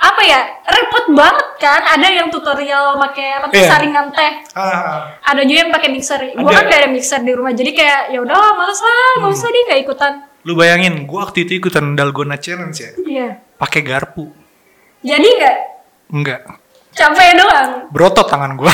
apa ya repot banget kan ada yang tutorial pakai apa tuh,
Iya.
saringan teh
Ah,
ada juga yang pakai mixer
Ada.
gue
Hmm.
kan gak ada mixer di rumah jadi kayak ya udah males lah nggak usah deh nggak ikutan
lu bayangin, gue waktu itu ikutan dalgona challenge ya,
iya
pakai garpu,
jadi nggak
enggak,
capek doang
berotot tangan gue.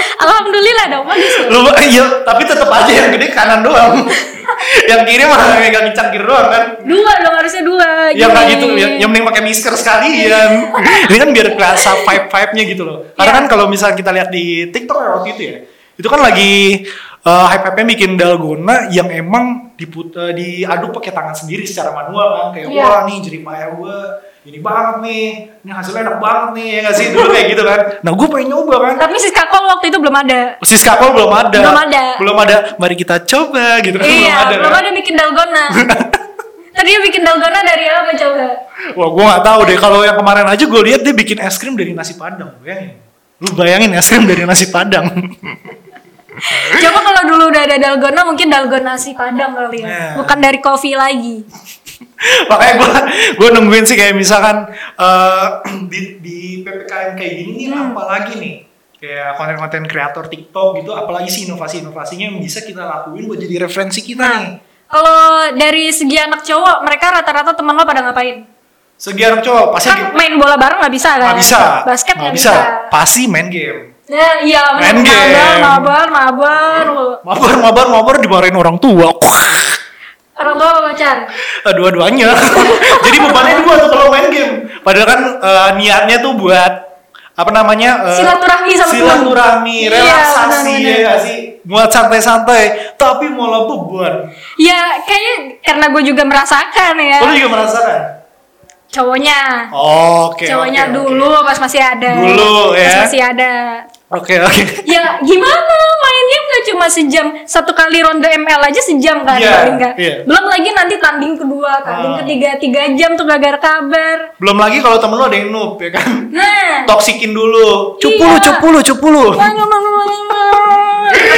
alhamdulillah dong bagus ya.
lu iya, tapi tetap aja yang gede kanan doang, yang kiri malah megang cangkir doang kan.
dua dong harusnya dua
Ya nggak
Yeay.
gitu, yang, yang mending pakai masker sekalian. Ini kan biar kerasa vibe-vibe-nya gitu loh. Karena
Iya.
kan kalau misalnya kita lihat di TikTok ya waktu itu ya, itu kan lagi eh, hype-hype-nya bikin dalgona yang emang diput eh, diaduk pakai tangan sendiri secara manual kan kayak
Iya.
wah nih jerih payah gue ini banget nih, ini hasilnya enak banget nih ya nggak sih dulu kayak gitu kan. Nah gue pengen nyoba kan.
tapi sis kakol waktu itu belum ada
Siska Kakol belum ada.
Belum ada.
Belum ada. Mari kita coba gitu kan belum
iya
ada.
belum
kan.
ada bikin dalgona tadi dia bikin dalgona dari apa coba
Wah, gue nggak tahu deh. Kalau yang kemarin aja gue lihat dia bikin es krim dari nasi padang. Bayangin. Lu bayangin es krim dari nasi padang.
coba kalau dulu udah ada dalgona mungkin dalgona nasi padang kali ya
Nah.
bukan dari kopi lagi
Makanya gue gue nungguin sih kayak misalkan eh, di, di ppkm kayak gini nih,
Hmm.
apalagi nih kayak konten-konten kreator TikTok gitu, apalagi sih inovasi-inovasinya yang bisa kita lakuin buat jadi referensi kita nih.
kalau dari segi anak cowok mereka rata-rata teman lo pada ngapain
Segi anak cowok pasti
kan main bola bareng nggak bisa kan
gitu. nggak bisa,
basket
nggak
nggak bisa.
pasti main game.
nah iya
Main
bener.
game.
mabar mabar mabar
Mabar, mabar, mabar dimarahin orang tua.
orang tua apa pacar
Eh, dua-duanya jadi bebannya dua tuh kalau main game padahal kan eh, niatnya tuh buat apa namanya eh,
Silaturahmi sama teman.
silaturahmi
Iya,
relaksasi ya
benar, benar.
nggak sih buat santai-santai tapi malah beban
Ya kayaknya karena gue juga merasakan ya
lo Oh, juga merasakan
cowoknya,
oke
cowoknya
oke,
dulu pas masih ada,
Dulu, ya.
pas masih ada.
oke oke oke
Ya gimana mainnya nggak cuma sejam satu kali ronde ML aja sejam kan
Iya,
paling nggak.
iya.
Belum lagi nanti tanding kedua, tanding
Ah.
ketiga tiga jam tuh gak gara kabar.
belum lagi kalau temen lo ada yang noob ya kan
Nah,
toksikin dulu cupu lu
Iya.
cupu lu cupu lu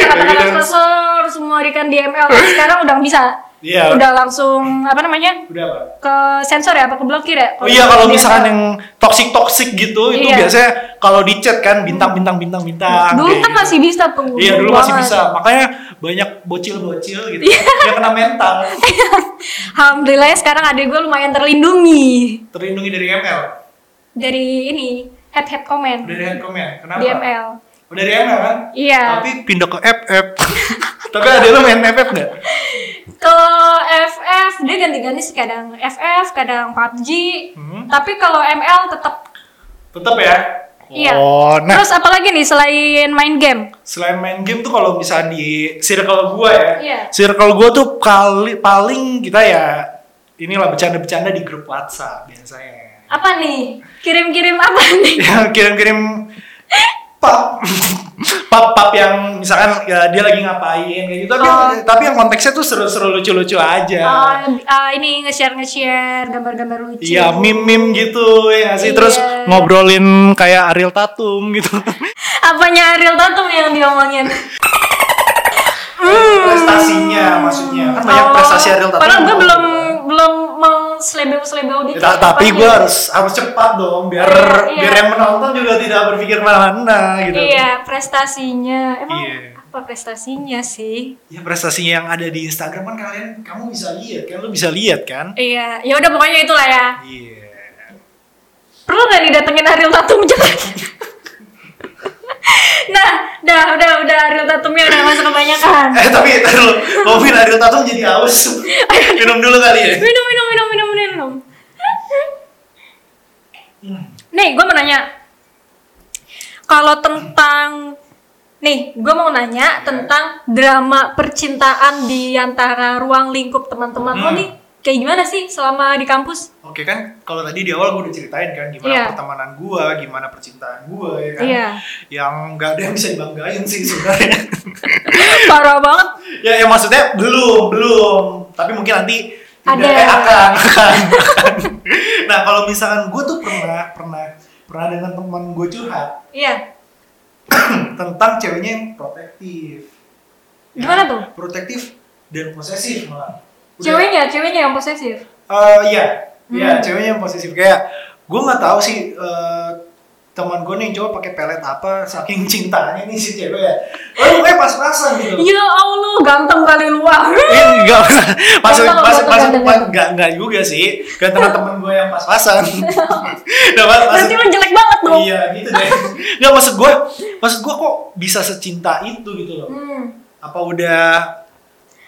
kata-kata
Iya.
kasar semua di kan di ML Tapi sekarang udah nggak bisa.
Iya.
Udah langsung apa namanya
udah apa
ke sensor ya apa ke blokir ya?
Oh iya kalau
di
misalkan
ML.
yang toksik toksik gitu itu
Iya.
biasanya kalau di chat kan bintang bintang bintang bintang.
dulu
kayak
kan
gitu.
masih bisa tuh
Iya dulu masih
banget. Iya.
bisa, makanya banyak bocil-bocil gitu yang kena mental,
alhamdulillah ya sekarang adik gue lumayan terlindungi
terlindungi dari ML,
dari ini head head comment
dari handcom ya, kenapa?
di ML
Oh, dari ML kan?
iya
Tapi pindah ke FF. Tapi ada lu main FF nggak?
kalau FF dia ganti-ganti sih kadang FF kadang PUBG
Hmm.
tapi kalau ML tetap
Tetap ya.
Iya.
Oh, nah
terus apalagi nih selain main game
selain main game tuh kalau misalnya di circle gua ya,
Iya.
circle gua tuh kali paling kita ya inilah bercanda-bercanda di grup WhatsApp biasanya.
apa nih kirim-kirim apa nih
Ya, kirim-kirim pap pub pub yang misalkan ya, dia lagi ngapain kayak gitu tapi, yang- tapi yang konteksnya tuh seru-seru lucu-lucu aja
Oh, eh, ini nge-share nge-share gambar-gambar lucu.
Iya, mim-mim gitu ya nggak sih. Terus
Iya. Hmm.
ngobrolin kayak Ariel Tatum gitu.
Apanya Ariel Tatum yang diomongin?
Prestasinya maksudnya. Kan banyak
Oh,
prestasi Ariel Tatum.
Padahal gue belum belum mau selebel-selebel
Ya,
gitu.
ta- tapi gue harus harus cepat dong biar
Iya, iya.
biar yang menonton juga tidak berpikir mana-mana gitu.
Iya, prestasinya. Emang
Iya.
apa prestasinya sih?
Ya prestasinya yang ada di Instagram kan kalian kamu bisa lihat kan lu bisa lihat kan.
Iya, ya udah pokoknya itulah ya.
Iya.
Perlu nggak didatengin Ariel Tatum jangan. nah, dah, udah, udah Ariel Tatumnya udah masuk kan? kebanyakan.
Eh tapi ntar dulu, ngomongin Ariel Tatum jadi haus. Minum dulu kali ya.
Minum, minum, minum, minum, minum, minum. Nih, gue mau nanya. Kalau tentang Nih, gue mau
Iya.
nanya tentang drama percintaan di antara ruang lingkup teman-teman lo
Hmm.
nih. Kayak gimana sih selama di kampus?
Oke kan, kalau tadi di awal gue udah ceritain kan gimana
Iya.
pertemanan gue, gimana percintaan gue, ya kan?
Iya.
Yang nggak ada yang bisa dibanggain sih sebenarnya.
Parah banget.
ya, ya maksudnya belum, belum. Tapi mungkin nanti
Ada.
tidak- eh, akan, akan, akan. nah kalau misalkan gue tuh pernah, pernah, pernah dengan teman gue curhat
Iya.
tentang ceweknya yang protektif. Ya,
Gimana tuh?
Protektif dan posesif malah. Udah-
Ceweknya, ceweknya yang posesif.
Eh, iya, iya ceweknya yang posesif kayak gue nggak tahu sih eh, teman gue nih coba pakai pelet apa saking cintanya nih si cewek ya. Oh, kayak pas-pasan gitu.
Ya Allah, ganteng kali lu. ah.
Iya, enggak pas- pas
Ganteng,
pas
ganteng,
pas
ganteng,
pas-
ganteng.
enggak enggak juga sih. Kan teman-teman gue yang pas-pasan. Nah, pas, pas,
Berarti lu jelek banget dong.
iya gitu deh. Enggak maksud gue, maksud gue kok bisa secinta itu gitu loh.
Hmm.
Apa udah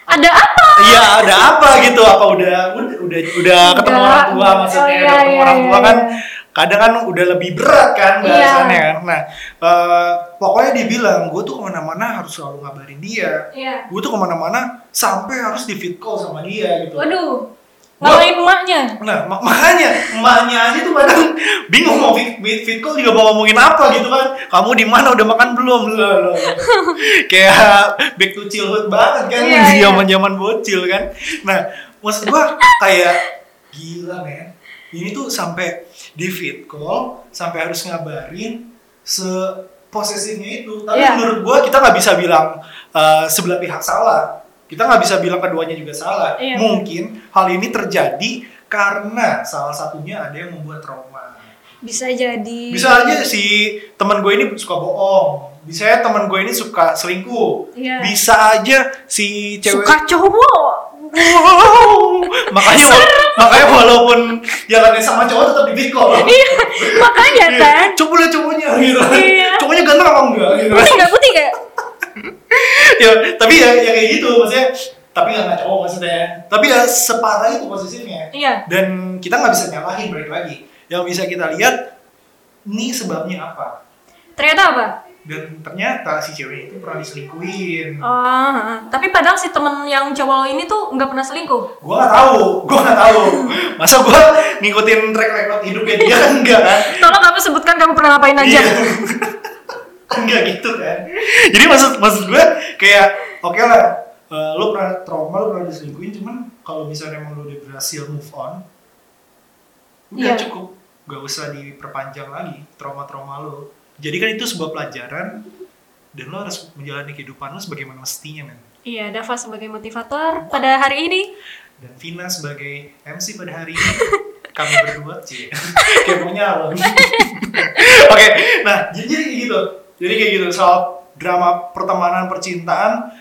Ada apa?
Iya, ada apa gitu? Apa udah udah udah, udah ketemu
Udah.
orang tua maksudnya?
Oh, iya,
udah ketemu
iya,
orang tua
iya,
kan
iya.
kadang kan udah lebih berat kan
Iya.
bahasannya kan. Nah, eh, pokoknya dibilang gue tuh kemana-mana harus selalu ngabarin dia.
Iya.
Gue tuh kemana-mana sampai harus di fit call sama dia gitu.
Waduh, ngalahin emaknya.
Nah, mak- makanya emaknya aja tuh kadang bingung mau fit, fit, fit call juga mau ngomongin apa gitu kan. Kamu di mana udah makan belum? Loh, loh. Kayak back to childhood banget kan
Iya, iya.
zaman-zaman bocil kan. Nah, maksud gua kayak gila men. Ini tuh sampai di fit call sampai harus ngabarin se posesifnya itu. Tapi
Iya.
menurut gua kita nggak bisa bilang eh, sebelah pihak salah. Kita nggak bisa bilang keduanya juga salah.
Iya.
Mungkin hal ini terjadi karena salah satunya ada yang membuat trauma.
Bisa jadi.
Bisa aja si teman gue ini suka bohong. Bisa ya teman gue ini suka selingkuh.
Iya.
Bisa aja si cewek
Suka cowok.
Wow. makanya makanya walaupun jalannya sama cowok tetap di bitcoin.
Iya, makanya
Iya.
kan.
Coba lihat cowoknya gitu.
Iya.
Cowoknya ganteng apa enggak gitu.
Putih nggak putih nggak?
ya, tapi ya, ya kayak gitu maksudnya. Tapi ya nggak ngaco maksudnya. Tapi ya separah itu posisinya.
Iya.
dan kita nggak bisa nyalahin balik lagi yang bisa kita lihat ini sebabnya apa
Ternyata apa?
dan ternyata si cewek itu pernah diselingkuhin
Oh, tapi padahal si temen yang cowok lo ini tuh nggak pernah selingkuh.
gua nggak tahu gua nggak tahu masa gua ngikutin track record hidupnya dia kan enggak kan
Tolong kamu sebutkan kamu pernah ngapain aja.
Iya. enggak gitu kan jadi maksud maksud gue kayak oke lah eh, lu pernah trauma lu pernah diselingkuhin cuman kalau misalnya emang lu udah berhasil move on udah
Iya.
cukup gak usah diperpanjang lagi trauma-trauma lu jadi kan itu sebuah pelajaran dan lo harus menjalani kehidupan lo sebagaimana mestinya men
Iya, Dava sebagai motivator pada hari ini.
dan Vina sebagai MC pada hari ini kami berdua sih kayak punya lo oke nah jadi, jadi kayak gitu jadi kayak gitu soal drama pertemanan percintaan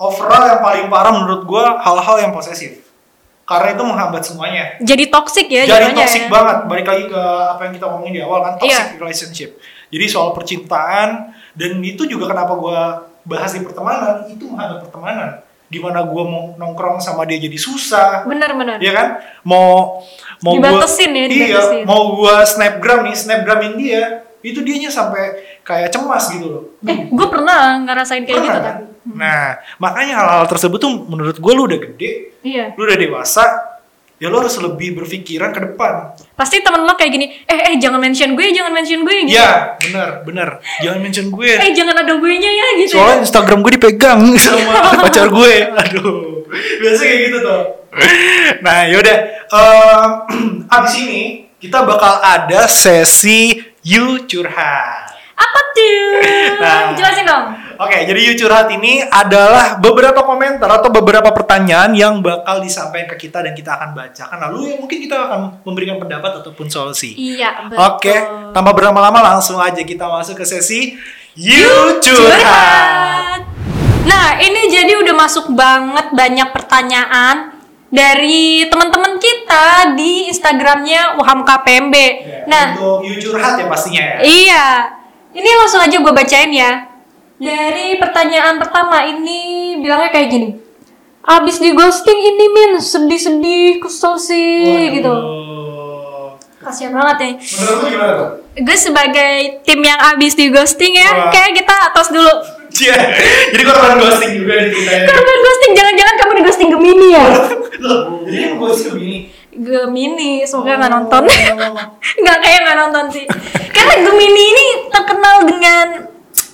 overall yang paling parah menurut gue hal-hal yang posesif karena itu menghambat semuanya
Jadi toksik ya
jadi
jadinya
toxic
ya.
banget balik lagi ke apa yang kita ngomongin di awal kan toxic
Iya.
relationship jadi soal percintaan dan itu juga kenapa gua bahas di pertemanan itu menghambat pertemanan gimana gua mau nongkrong sama dia jadi susah
Benar-benar.
ya kan mau mau gua-
Dibatasin ya,
iya
dibatasin.
mau gua snapgram nih snapgramin dia itu dianya sampai kayak cemas gitu loh
Eh, gue pernah ngerasain kayak
Pernah
gitu
kan?
tapi.
nah makanya hal-hal tersebut tuh menurut gua lu udah gede
Iya.
lu udah dewasa ya lo harus lebih berpikiran ke depan
Pasti temen lo kayak gini, eh eh jangan mention gue, jangan mention gue gitu.
Iya, benar, benar. Jangan mention gue.
Eh jangan ada gue nya ya gitu.
Soalnya Instagram gue dipegang sama pacar gue. Aduh. Biasa kayak gitu tuh. Nah, yaudah. Em, abis ini kita bakal ada sesi You Curhat.
Apa tuh?
Nah.
Jelasin dong.
Oke, jadi You Curhat ini adalah beberapa komentar atau beberapa pertanyaan yang bakal disampaikan ke kita dan kita akan bacakan. Lalu ya mungkin kita akan memberikan pendapat ataupun solusi.
Iya, betul.
Oke, tanpa berlama-lama langsung aja kita masuk ke sesi You Curhat.
Curhat. Nah, ini jadi udah masuk banget banyak pertanyaan dari teman-teman kita di Instagramnya Waham KPMB.
Ya,
Nah,
untuk You Curhat ya pastinya ya.
Iya, ini langsung aja gue bacain ya. Dari pertanyaan pertama ini bilangnya kayak gini. Abis di ghosting ini min sedih-sedih kesel sih
Waduh.
gitu. Kasian banget ya.
Menurut lu gimana tuh?
Gue sebagai tim yang abis di ghosting ya,
Wah.
kayak kita tos dulu.
Iya, jadi korban ghosting juga nih ceritanya.
Korban ghosting, jangan-jangan kamu di ghosting Gemini ya?
Loh, jadi yang ghosting begini.
Gemini, semoga nggak nonton.
Oh.
Nggak kayak nggak nonton sih. Karena Gemini ini terkenal dengan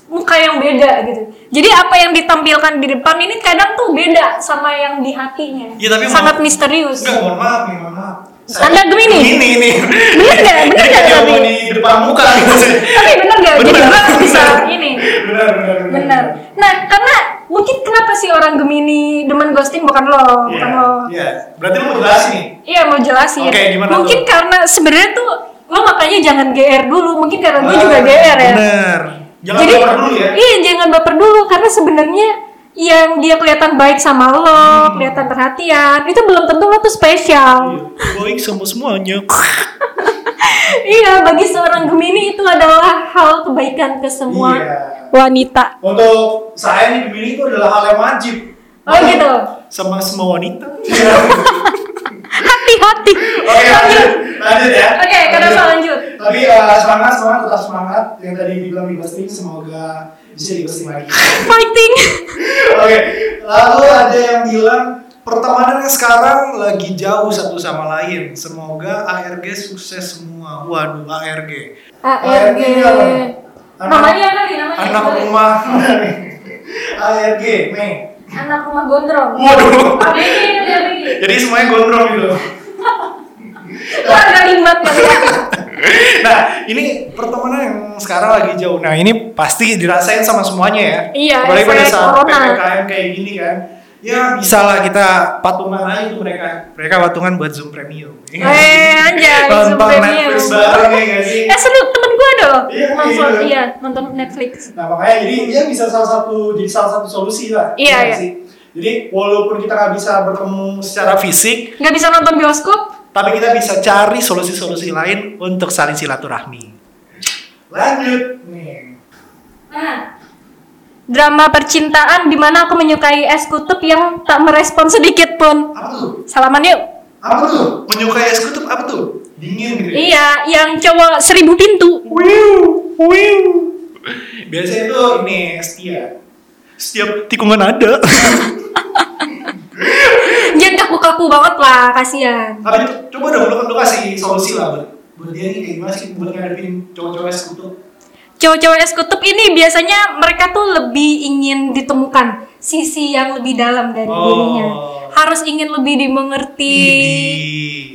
muka yang beda gitu. Jadi apa yang ditampilkan di depan ini kadang tuh beda sama yang di hatinya.
Iya, tapi
Sangat
mau-
misterius.
Enggak, mohon maaf nih, mohon maaf.
Anda Gemini?
Ini nih.
Bener nggak? Bener
Jadi
nggak
kayak
tapi?
mau di depan muka.
Tapi bener nggak? Jadi
Bener.
orang bisa ini.
Benar, benar,
Bener.
Iya,
Nah, karena mungkin kenapa sih orang Gemini demen ghosting bukan lo,
Iya,
bukan lo.
Iya, berarti lu mau jelasin nih.
Iya mau jelasin.
Oke, gimana
mungkin
tuh?
karena sebenarnya tuh lo makanya jangan GR dulu. Mungkin karena gue juga
Ah,
GR ya.
Bener. Jangan
Jadi,
baper dulu ya.
Iya jangan baper dulu karena sebenarnya yang dia kelihatan baik sama lo,
Hmm.
kelihatan perhatian, itu belum tentu lo tuh
Iya.
spesial.
Going sama semuanya.
iya bagi seorang Gemini itu adalah hal kebaikan ke semua
Iya.
wanita.
Untuk saya nih Gemini itu adalah hal yang wajib.
Oh gitu.
Sama semua wanita.
Hati-hati.
Oke, lanjut. Lanjut ya.
Oke, karena soal lanjut.
Tapi eh, semangat, semangat, tetap semangat. Yang tadi dibilang di ghosting, semoga bisa di ghosting lagi.
Fighting.
Oke. Lalu ada yang bilang pertemanan yang sekarang lagi jauh satu sama lain. Semoga ARG sukses semua. Waduh, ARG.
ARG.
ini apa? Anak-
Namanya apa nih? Namanya
Anak
apa?
rumah. ARG, Mei.
Anak rumah gondrong.
Waduh.
Apa ini? Ini apa ini?
Jadi semuanya gondrong gitu.
Keluarga limbah kali ya.
Nah, ini pertemanan yang sekarang lagi jauh. Nah, ini pasti dirasain sama semuanya ya.
Iya,
Apalagi pada
efek
saat
corona.
PPKM kayak gini kan. Ya, bisa lah kita patungan aja tuh mereka. Mereka patungan buat Zoom Premium. Iya
Eh, anjay,
Nonton
Zoom Premium.
Netflix bareng ya nggak sih?
Eh seru temen gue ada loh
Iya,
nonton
iya.
iya nonton Netflix.
Nah makanya jadi dia bisa salah satu jadi salah satu solusi lah.
Iya,
nggak
iya.
sih? Jadi walaupun kita nggak bisa bertemu secara fisik,
Nggak bisa nonton bioskop?
tapi kita bisa cari solusi-solusi lain untuk saling silaturahmi. Lanjut nih.
Nah. Drama percintaan di mana aku menyukai es kutub yang tak merespon sedikit pun.
Apa tuh?
Salaman yuk.
Apa tuh? Menyukai es kutub apa tuh? Dingin gitu. ya?
Iya, yang cowok seribu pintu.
Wiu, wiu. Biasanya itu ini ya? setia. Setiap tikungan ada.
Jangan kaku-kaku banget lah, kasihan.
Tapi coba dong lu, lu kasih solusi lah buat buat dia nih kayak gimana sih buat ngadepin cowok-cowok es kutub.
Cowok-cowok es kutub ini biasanya mereka tuh lebih ingin ditemukan sisi yang lebih dalam dari
Oh. Iya,
dirinya. Harus ingin lebih dimengerti.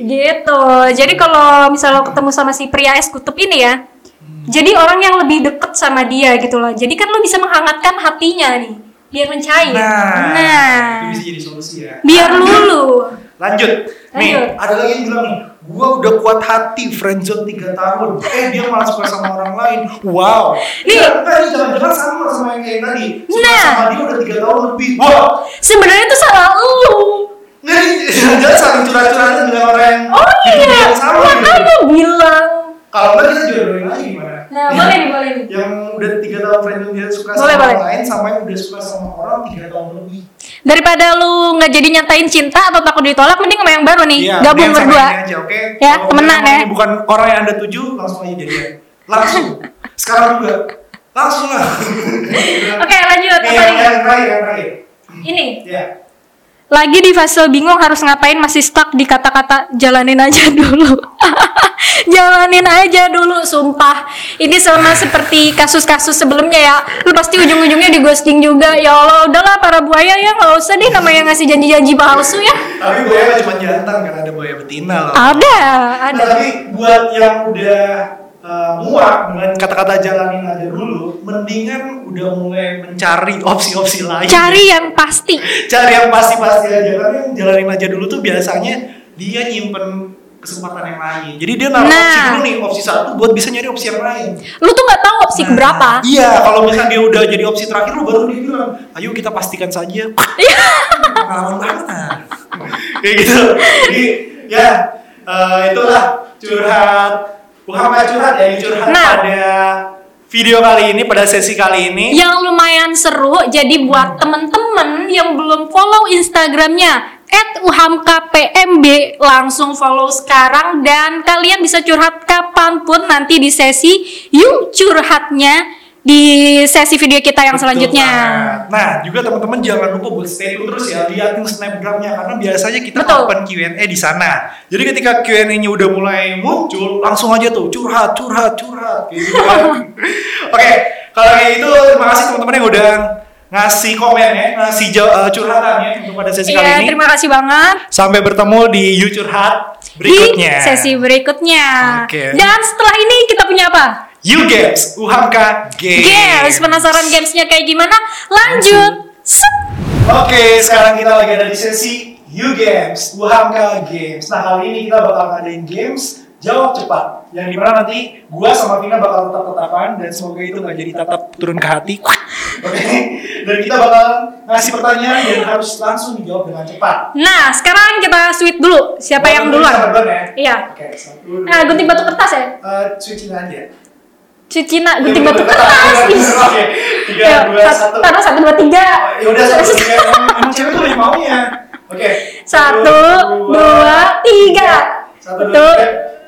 Ih.
Gitu. Jadi kalau misalnya lo ketemu sama si pria es kutub ini ya, jadi orang yang lebih deket sama dia gitu loh. Jadi kan lo bisa menghangatkan hatinya nih, biar mencair.
Nah,
Nah.
itu bisa jadi solusi ya.
biar lulu.
Lanjut. Nih,
Lanjut.
ada lagi yang bilang nih, gua udah kuat hati friendzone 3 tahun. Eh, dia malah suka sama orang lain. Wow.
Nih.
Ya, kan, jangan-jangan sama sama yang kayak tadi. Suka
Nah.
sama dia udah 3 tahun lebih. Wow.
Sebenarnya itu salah lo.
Ngeri, jangan-jangan saling curhat-curhatan dengan orang yang
Oh
bikin
iya,
yang sama gitu.
makanya bilang.
Kalau enggak kita jodohin lagi gimana?
Nah,
Ya.
boleh nih, boleh nih.
Yang udah 3 tahun friendzone dia suka
Boleh,
sama
boleh.
orang lain sama yang udah suka sama orang 3 tahun lebih.
Daripada lu nggak jadi nyatain cinta atau takut ditolak, mending sama yang baru nih,
Iya,
gabung
mendingan sama
berdua.
ini aja, oke?
Ya,
Kalau
temenan
memang
ya.
ini Bukan orang yang anda tuju, langsung aja jadian. Langsung. Sekarang juga. Langsung lah.
Oke, lanjut.
Nih,
Apa
yang
nih?
yang terakhir, yang terakhir.
Ini
Ya.
lagi di fase bingung harus ngapain masih stuck di kata-kata jalanin aja dulu. jalanin aja dulu, sumpah. Ini sama seperti kasus-kasus sebelumnya ya. Lu pasti ujung-ujungnya di ghosting juga. Ya Allah, udahlah para buaya ya nggak usah deh namanya ngasih janji-janji palsu ya.
Tapi buaya nggak cuma jantan kan ada buaya betina loh.
Ada,
Nah,
ada.
tapi buat yang udah uh, muak dengan kata-kata jalanin aja dulu, mendingan udah mulai mencari opsi-opsi lain.
Cari yang pasti.
Cari yang pasti-pasti aja. Karena yang jalanin aja dulu tuh biasanya dia nyimpen kesempatan yang lain. Jadi dia naruh opsi
Nah.
dulu nih, opsi satu buat bisa nyari opsi yang lain.
Lu tuh nggak tahu opsi
Nah,
berapa.
Iya, kalau misalnya dia udah jadi opsi terakhir lu baru dia bilang, "Ayo kita pastikan saja."
Iya.
Pengalaman banget. ah. Kayak gitu. Jadi ya eh, itulah curhat bukan malah curhat ya, ini curhat
Nah.
pada video kali ini pada sesi kali ini.
yang lumayan seru jadi buat temen-temen yang belum follow instagramnya at uhamkpmb langsung follow sekarang dan kalian bisa curhat kapanpun nanti di sesi yuk curhatnya di sesi video kita yang
Betul
selanjutnya
banget. Nah, juga teman-teman jangan lupa buat stay tune terus ya liatin snapgramnya karena biasanya kita
Betul.
open Q&A di sana. Jadi ketika Q&A-nya udah mulai muncul, langsung aja tuh curhat, curhat, curhat. Kayak Gitu kan. Oke, kalau kayak itu terima kasih teman-teman yang udah ngasih komennya, ngasih jaw- eh, curhatannya untuk pada sesi kali
Iya,
ini.
terima kasih banget
Sampai bertemu di You Curhat berikutnya.
di sesi berikutnya
Oke.
dan setelah ini kita punya apa
You Games UHAMKA Games.
games penasaran gamesnya kayak gimana lanjut Set.
Oke, sekarang kita lagi ada di sesi You Games, Hamka Games. Nah, kali ini kita bakal ngadain games jawab cepat. Yang dimana nanti gua sama Vina bakal tetap tetapan dan semoga itu nggak jadi tatap turun ke hati. Oke, dan kita bakal ngasih pertanyaan dan harus langsung dijawab dengan cepat.
Nah, sekarang kita sweet dulu. Siapa yang
Bakal
duluan?
bisa duluan ya?
Iya.
Oke, satu.
Nah, gunting batu kertas ya?
Eh, switching aja. Iya,
Cuci nak gunting batu kertas. Ih.
Oke, tiga,
Ayo,
dua,
sat-
satu.
Taruh satu dua tiga.
Ya udah satu. tiga. Emang cewek tuh banyak maunya. Oke.
Satu, dua, tiga.
Satu, dua,
Betul.
tiga.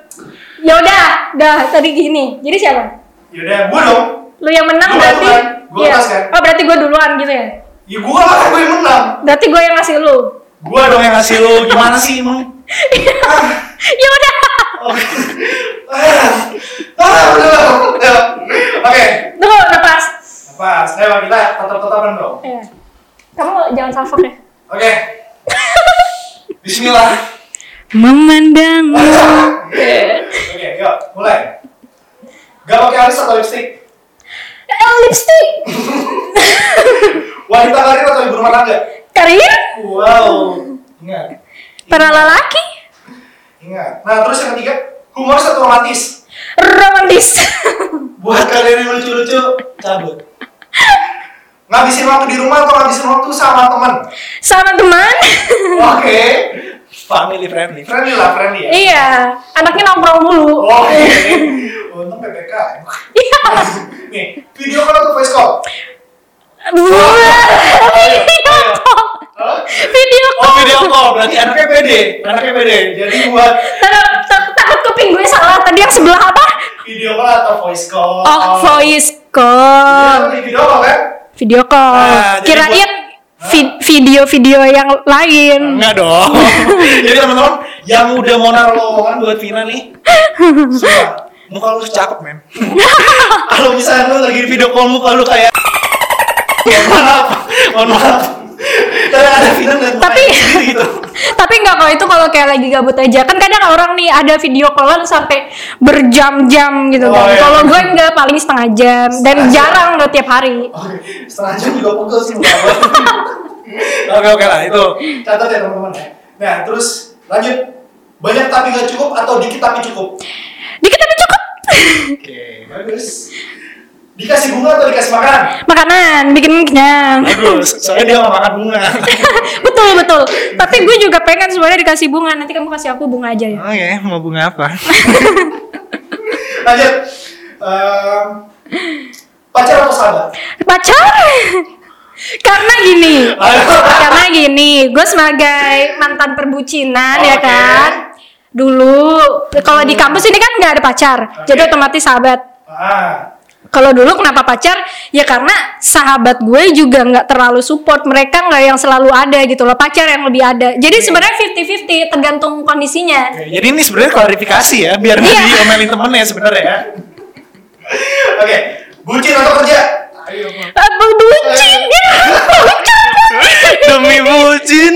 Ya udah, dah tadi gini. Jadi siapa?
Yaudah, gua dong.
Lu yang menang
Gua
berarti.
duluan. Gua atas kan?
Oh, berarti gue duluan gitu ya.
Ya gua lah, gua yang menang.
Berarti gue yang ngasih lu.
Gua dong yang ngasih lu. Gimana sih emang? Ah,
ya udah.
oke. Ah, ah, udah, udah. Oke.
Tunggu lepas.
Lepas. Ayo kita tatap-tatapan dong.
Iya. Kamu jangan salfok ya.
Oke. Bismillah.
Memandang. Eh,
Oke, yuk, mulai. Gak pakai alis atau lipstick?
Eh, lipstick.
Wanita karir atau ibu rumah tangga?
Karir?
Wow. Ingat.
Para lelaki?
Ingat. Nah, terus yang ketiga, humoris atau romantis?
Romantis.
Buat kalian yang lucu-lucu, cabut. Ngabisin waktu di rumah atau ngabisin waktu sama teman?
Sama teman?
Oke. Family friendly. Friendly lah, friendly ya.
iya. Anaknya nongkrong mulu.
Oke. Untung PPK.
Iya.
ya. Nih, video call atau voice call?
Dua. Video
Ayo.
call.
Hah?
Video
Oh,
call.
video call. Berarti anaknya pede. Anaknya pede. Jadi buat
Takut, tak- takut kuping gue salah. Tadi yang sebelah apa?
video call atau voice call?
Oh, voice
Video
call.
call di video call kan?
Video
Ah,
call.
jadi
Kirain
buat-
vi- video-video yang lain.
Enggak dong. Jadi teman-teman yang udah mau naruh lowongan buat Vina nih, sumpah muka lu cakep men. Kalau misalnya lu lagi di video call muka lu kayak "Ya, maaf, mohon maaf. Tapi ada Vina ngeliat muka
Tapi-
kayak gitu, gitu.
Tapi nggak kalau itu kalau kayak lagi gabut aja kan kadang orang nih ada video callan sampai berjam-jam gitu
Oh,
kan.
iya.
Kalau gue nggak paling setengah jam dan
Setengah jam.
jarang nggak tiap hari.
Oke, setengah jam juga pegel sih muka gua. Oke oke lah itu. Catat ya teman-teman ya. Nah terus lanjut banyak tapi nggak cukup atau dikit tapi cukup.
Dikit tapi cukup.
Oke bagus. Dikasih bunga atau dikasih makanan?
Makanan bikin kenyang.
Aduh, soalnya dia nggak makan bunga.
betul betul. Tapi gue juga pengen sebenarnya dikasih bunga. Nanti kamu kasih aku bunga aja ya.
Oke, mau bunga apa? Lanjut. Em, pacar atau sahabat?
Pacar. Karena gini. Karena gini, gue sebagai mantan perbucinan ya
Oke.
kan. Dulu kalau di kampus ini kan nggak ada pacar, jadi
Oke.
otomatis sahabat.
ah,
Kalau dulu kenapa pacar? Ya karena sahabat gue juga nggak terlalu support mereka nggak yang selalu ada gitu loh pacar yang lebih ada. Jadi
Iya.
sebenarnya 50-50 tergantung kondisinya.
Oke, jadi ini sebenarnya klarifikasi ya, biar nggak
Iya.
diomelin temennya sebenarnya ya. Oke, bucin atau kerja?
Apa bucin? Iya,
Demi bucin,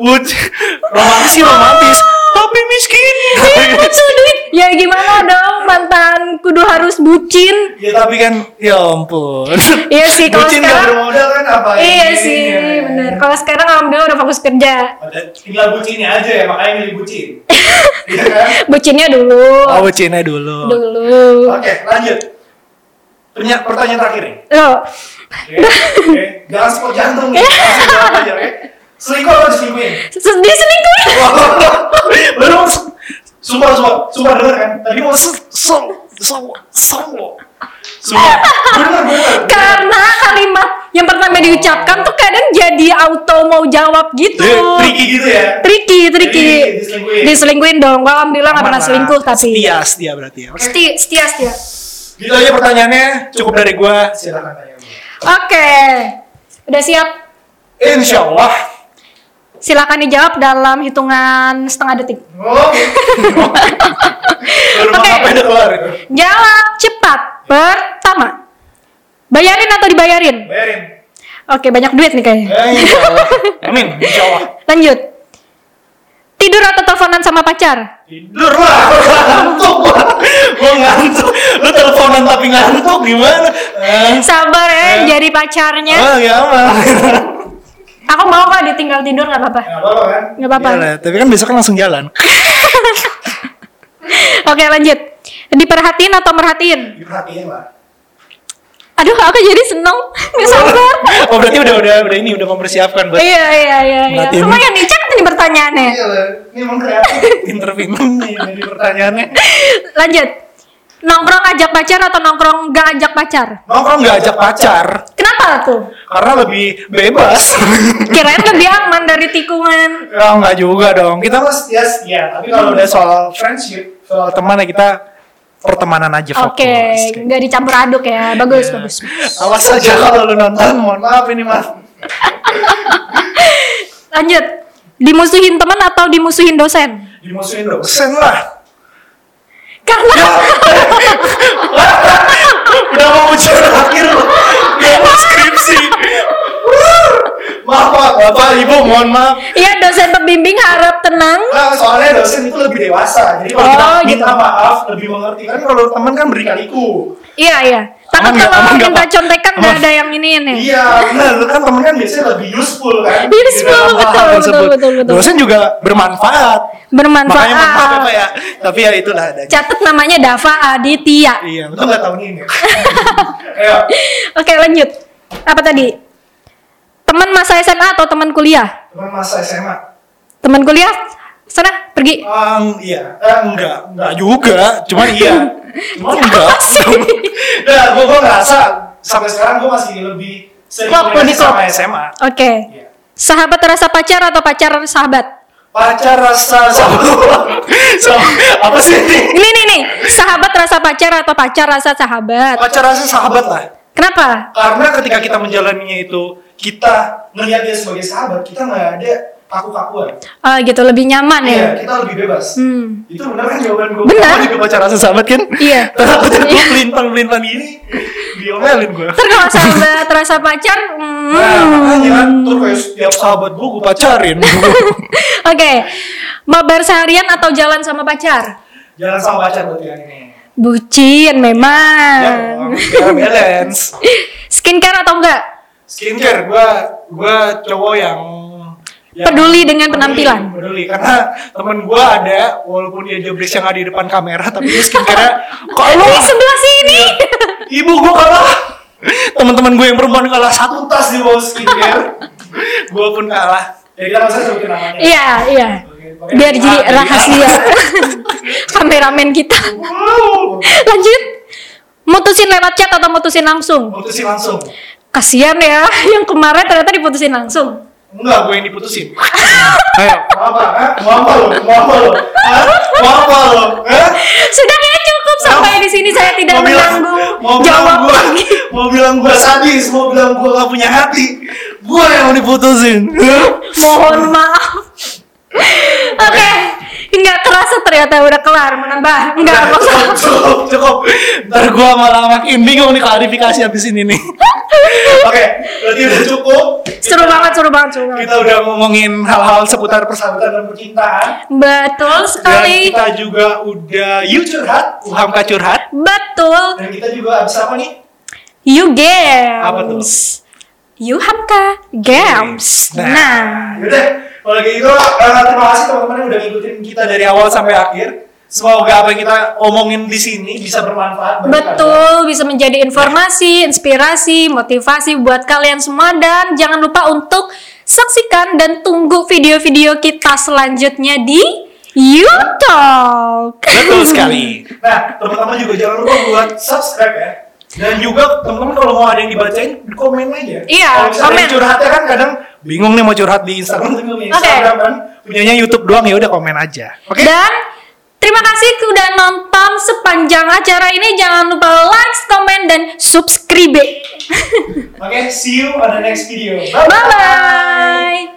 bucin, romantis sih romantis, tapi miskin.
Butuh Iya, duit. Ya gimana dong mantan kudu harus bucin.
ya tapi kan, ya ampun.
Iya sih kalau
bucin nggak
sekarang.
bermodal kan apa?
Iya
ini?
sih, bener. Kalau sekarang alhamdulillah udah fokus kerja.
Ada- Tinggal bucinnya aja ya, makanya milih bucin. Iya kan?
Bucinnya dulu.
Oh, bucinnya dulu.
Dulu.
Oke, lanjut. Penya- pertanyaan terakhir nih.
Loh,
Oke, oke. Jangan spot jantung nih. Langsung jawab aja, oke? Selingkuh atau diselingkuhin?
se- dia selingkuh.
Belum. Sumpah, sumpah, sumpah denger kan? Tadi mau
So, so, so, so.
sumpah. Bener, bener.
Karena kalimat yang pertama diucapkan tuh kadang jadi auto mau jawab gitu.
Iya,
Tricky gitu ya.
Tricky, tricky.
Jadi diselingkuhin.
Diselingkuhin dong. Gua alhamdulillah nggak pernah selingkuh tapi.
Setia, setia berarti ya.
Setia, setia, setia.
Gitu aja pertanyaannya, cukup dari gua.
Silakan tanya. Bu.
Oke. Udah siap?
Insya Allah.
Silakan dijawab dalam hitungan setengah detik.
Oh,
Baru mau
Oke.
ngapain udah keluar itu.
Jawab cepat. Pertama. Bayarin atau dibayarin?
bayarin.
Oke, banyak duit nih kayaknya.
Eh, insya Allah. Amin, insya Allah.
Lanjut. Tidur atau teleponan sama pacar?
Tidur lah, gua ngantuk gua. Gua ngantuk. Lu teleponan tapi ngantuk gimana? Eh,
Sabar ya,
Eh.
jadi pacarnya.
Oh, ya aman.
Aku mau kok ditinggal tidur nggak
Eh.
apa-apa.
Nggak apa-apa kan?
Nggak apa-apa.
Iya lah, tapi kan besok kan langsung jalan.
Oke lanjut. Diperhatiin atau merhatiin?
Diperhatiin lah.
Aduh aku jadi seneng. Nggak sabar.
Oh, berarti udah udah udah ini udah mempersiapkan buat
iya iya iya. iya.
Merhatiin.
Lumayan nih cakep nih pertanyaannya.
Iya lah. Ini emang kreatif.
interview nih jadi pertanyaannya.
Lanjut. Nongkrong ajak pacar atau nongkrong nggak ajak pacar?
Nongkrong nggak ajak pacar
Kenapa tuh?
karena lebih bebas.
Kirain lebih aman dari tikungan.
ya nggak juga dong. Kita
Kita mah setia setia, Iya, tapi
kalau
kalau
udah
udah
soal
friendship, soal
teman ya, kita pertemanan aja fokus.
Oke,
Kayak gitu.
nggak dicampur aduk ya.
Iya.
Bagus bagus.
Awas saja kalau lu nonton, mohon maaf ini mas.
Lanjut. Dimusuhin teman atau dimusuhin dosen?
dimusuhin dong.
Sen lah.
Karena
Udah mau ujian akhir lu. Udah mau skripsi. maaf pak, bapak, ibu, mohon maaf.
ya dosen pembimbing harap tenang.
Nah, soalnya dosen itu lebih dewasa, jadi kalau kita
Oh, gitu.
minta maaf lebih mengerti kan kalau teman kan berikan iku.
Iya iya.
Aman
Takut
nggak?
kalau
Aman nggak,
minta
Pak?
contekan nggak
Aman.
ada yang ini ini.
Iya, benar. Kan teman kan biasanya lebih useful kan.
Useful.
Gitu.
Betul,
Hal-hal
betul,
tersebut.
betul, betul.
Dosen juga bermanfaat. Makanya mohon maaf ya, Pak,
Bermanfaat.
ya. Tapi ya itulah adanya.
Catat namanya Dava Aditya.
Iya,
Lu
betul.
nggak tahu nih ini. Ayo,
Oke lanjut. Apa tadi? Teman masa SMA atau teman kuliah?
teman masa SMA.
Teman kuliah? Sana pergi.
Ehm, iya,
Eh,
enggak,
enggak,
enggak juga, cuman iya, cuman enggak.
Nah, gue gue ngerasa sampai sekarang gue masih lebih sering
Klop,
komunikasi
lebih klop.
sama SMA.
Oke.
Iya.
Sahabat rasa pacar atau pacar sahabat?
Pacar rasa sama
Sama- apa sih ini?
Ini nih nih. Sahabat rasa pacar atau pacar rasa sahabat?
Pacar rasa sahabat lah.
Kenapa?
Karena ketika kita menjalaninya itu, kita
kita ngelihat dia sebagai sahabat, kita nggak ada kaku-kakuan.
Oh gitu lebih nyaman ya.
Iya, kita lebih bebas.
Hmm.
Itu benar kan jawaban gue?
Benar.
Gue juga pacaran sama sahabat kan?
Iya.
Takut gue pelin-pelan gini diomelin gue.
Ntar kalau sahabat rasa pacar, hmm.
Nah, makanya kan, terus kayak
Tiap
setiap sahabat
sahabat gue gue pacarin.
oke, mabar seharian atau jalan sama pacar?
jalan sama pacar berarti kan ini.
Bucin Nah. memang.
ya, balance.
Skincare atau enggak?
Skincare gue gue cowok yang yang Iya,
Peduli dengan penampilan.
peduli karena temen gue ada walaupun dia jobres yang ada di depan kamera tapi dia skincare-nya
Ini
kalah
sebelah sini.
ibu gue kalah teman-teman gue yang perempuan kalah satu
Satu tas di bawah skincare.
gue pun kalah kan
ya kita nggak usah sebutin namanya.
Iya, iya. Biar jadi
Ah,
rahasia kameramen kita.
Wow.
Lanjut. Mutusin lewat chat atau mutusin langsung?
Putusin langsung.
Kasihan ya, yang kemarin ternyata diputusin langsung.
Enggak, gue yang diputusin. eh. Ayo.
Mau apa? Hah? Mau apa lo? Mau apa lo? Hah?
Eh,
Mau apa lo? Hah?
Sudah kayaknya cukup sampai di sini saya tidak
mau bilang,
menanggung
mau bilang
jawab
gue,
lagi.
mau bilang gue sadis, mau bilang gue gak punya hati. Gue yang mau diputusin.
Mohon maaf. Oke, nggak terasa ternyata udah kelar menambah. Nggak masalah.
Nah, cukup, cukup. Ntar gue malah makin bingung nih klarifikasi abis ini nih.
Oke, berarti udah cukup.
Seru banget, seru banget, seru banget.
Kita udah ngomongin hal-hal seputar
Putar persahabatan dan percintaan.
Betul
dan
sekali.
Iya, kita juga udah
You curhat.
Uhamka curhat.
Betul.
Dan kita juga abis apa nih?
You games.
Apa tuh?
You hamka games.
Nah.
Nah.
Yaudah, kalau kayak gitu eh, terima kasih teman-teman yang udah ngikutin kita dari awal sampai akhir.
Semoga apa yang kita
Omongin di sini bisa bermanfaat. bagi kalian.
Betul, bisa menjadi informasi, inspirasi, motivasi buat kalian semua dan jangan lupa untuk saksikan dan tunggu video-video kita selanjutnya di YouTube.
betul sekali.
Nah, teman-teman juga jangan lupa buat subscribe ya. Dan juga teman-teman kalau mau ada yang dibacain, komen aja. Kalau misalnya
Iya, komen.
ada yang curhatnya kan kadang
Bingung nih mau curhat di Instagram.
Instagram tuh punya Instagram kan.
Punyanya YouTube doang ya udah komen aja. Oke.
Dan terima kasih sudah nonton sepanjang acara ini. Jangan lupa like, comment dan subscribe.
Oke, see you on the next video.
Bye bye.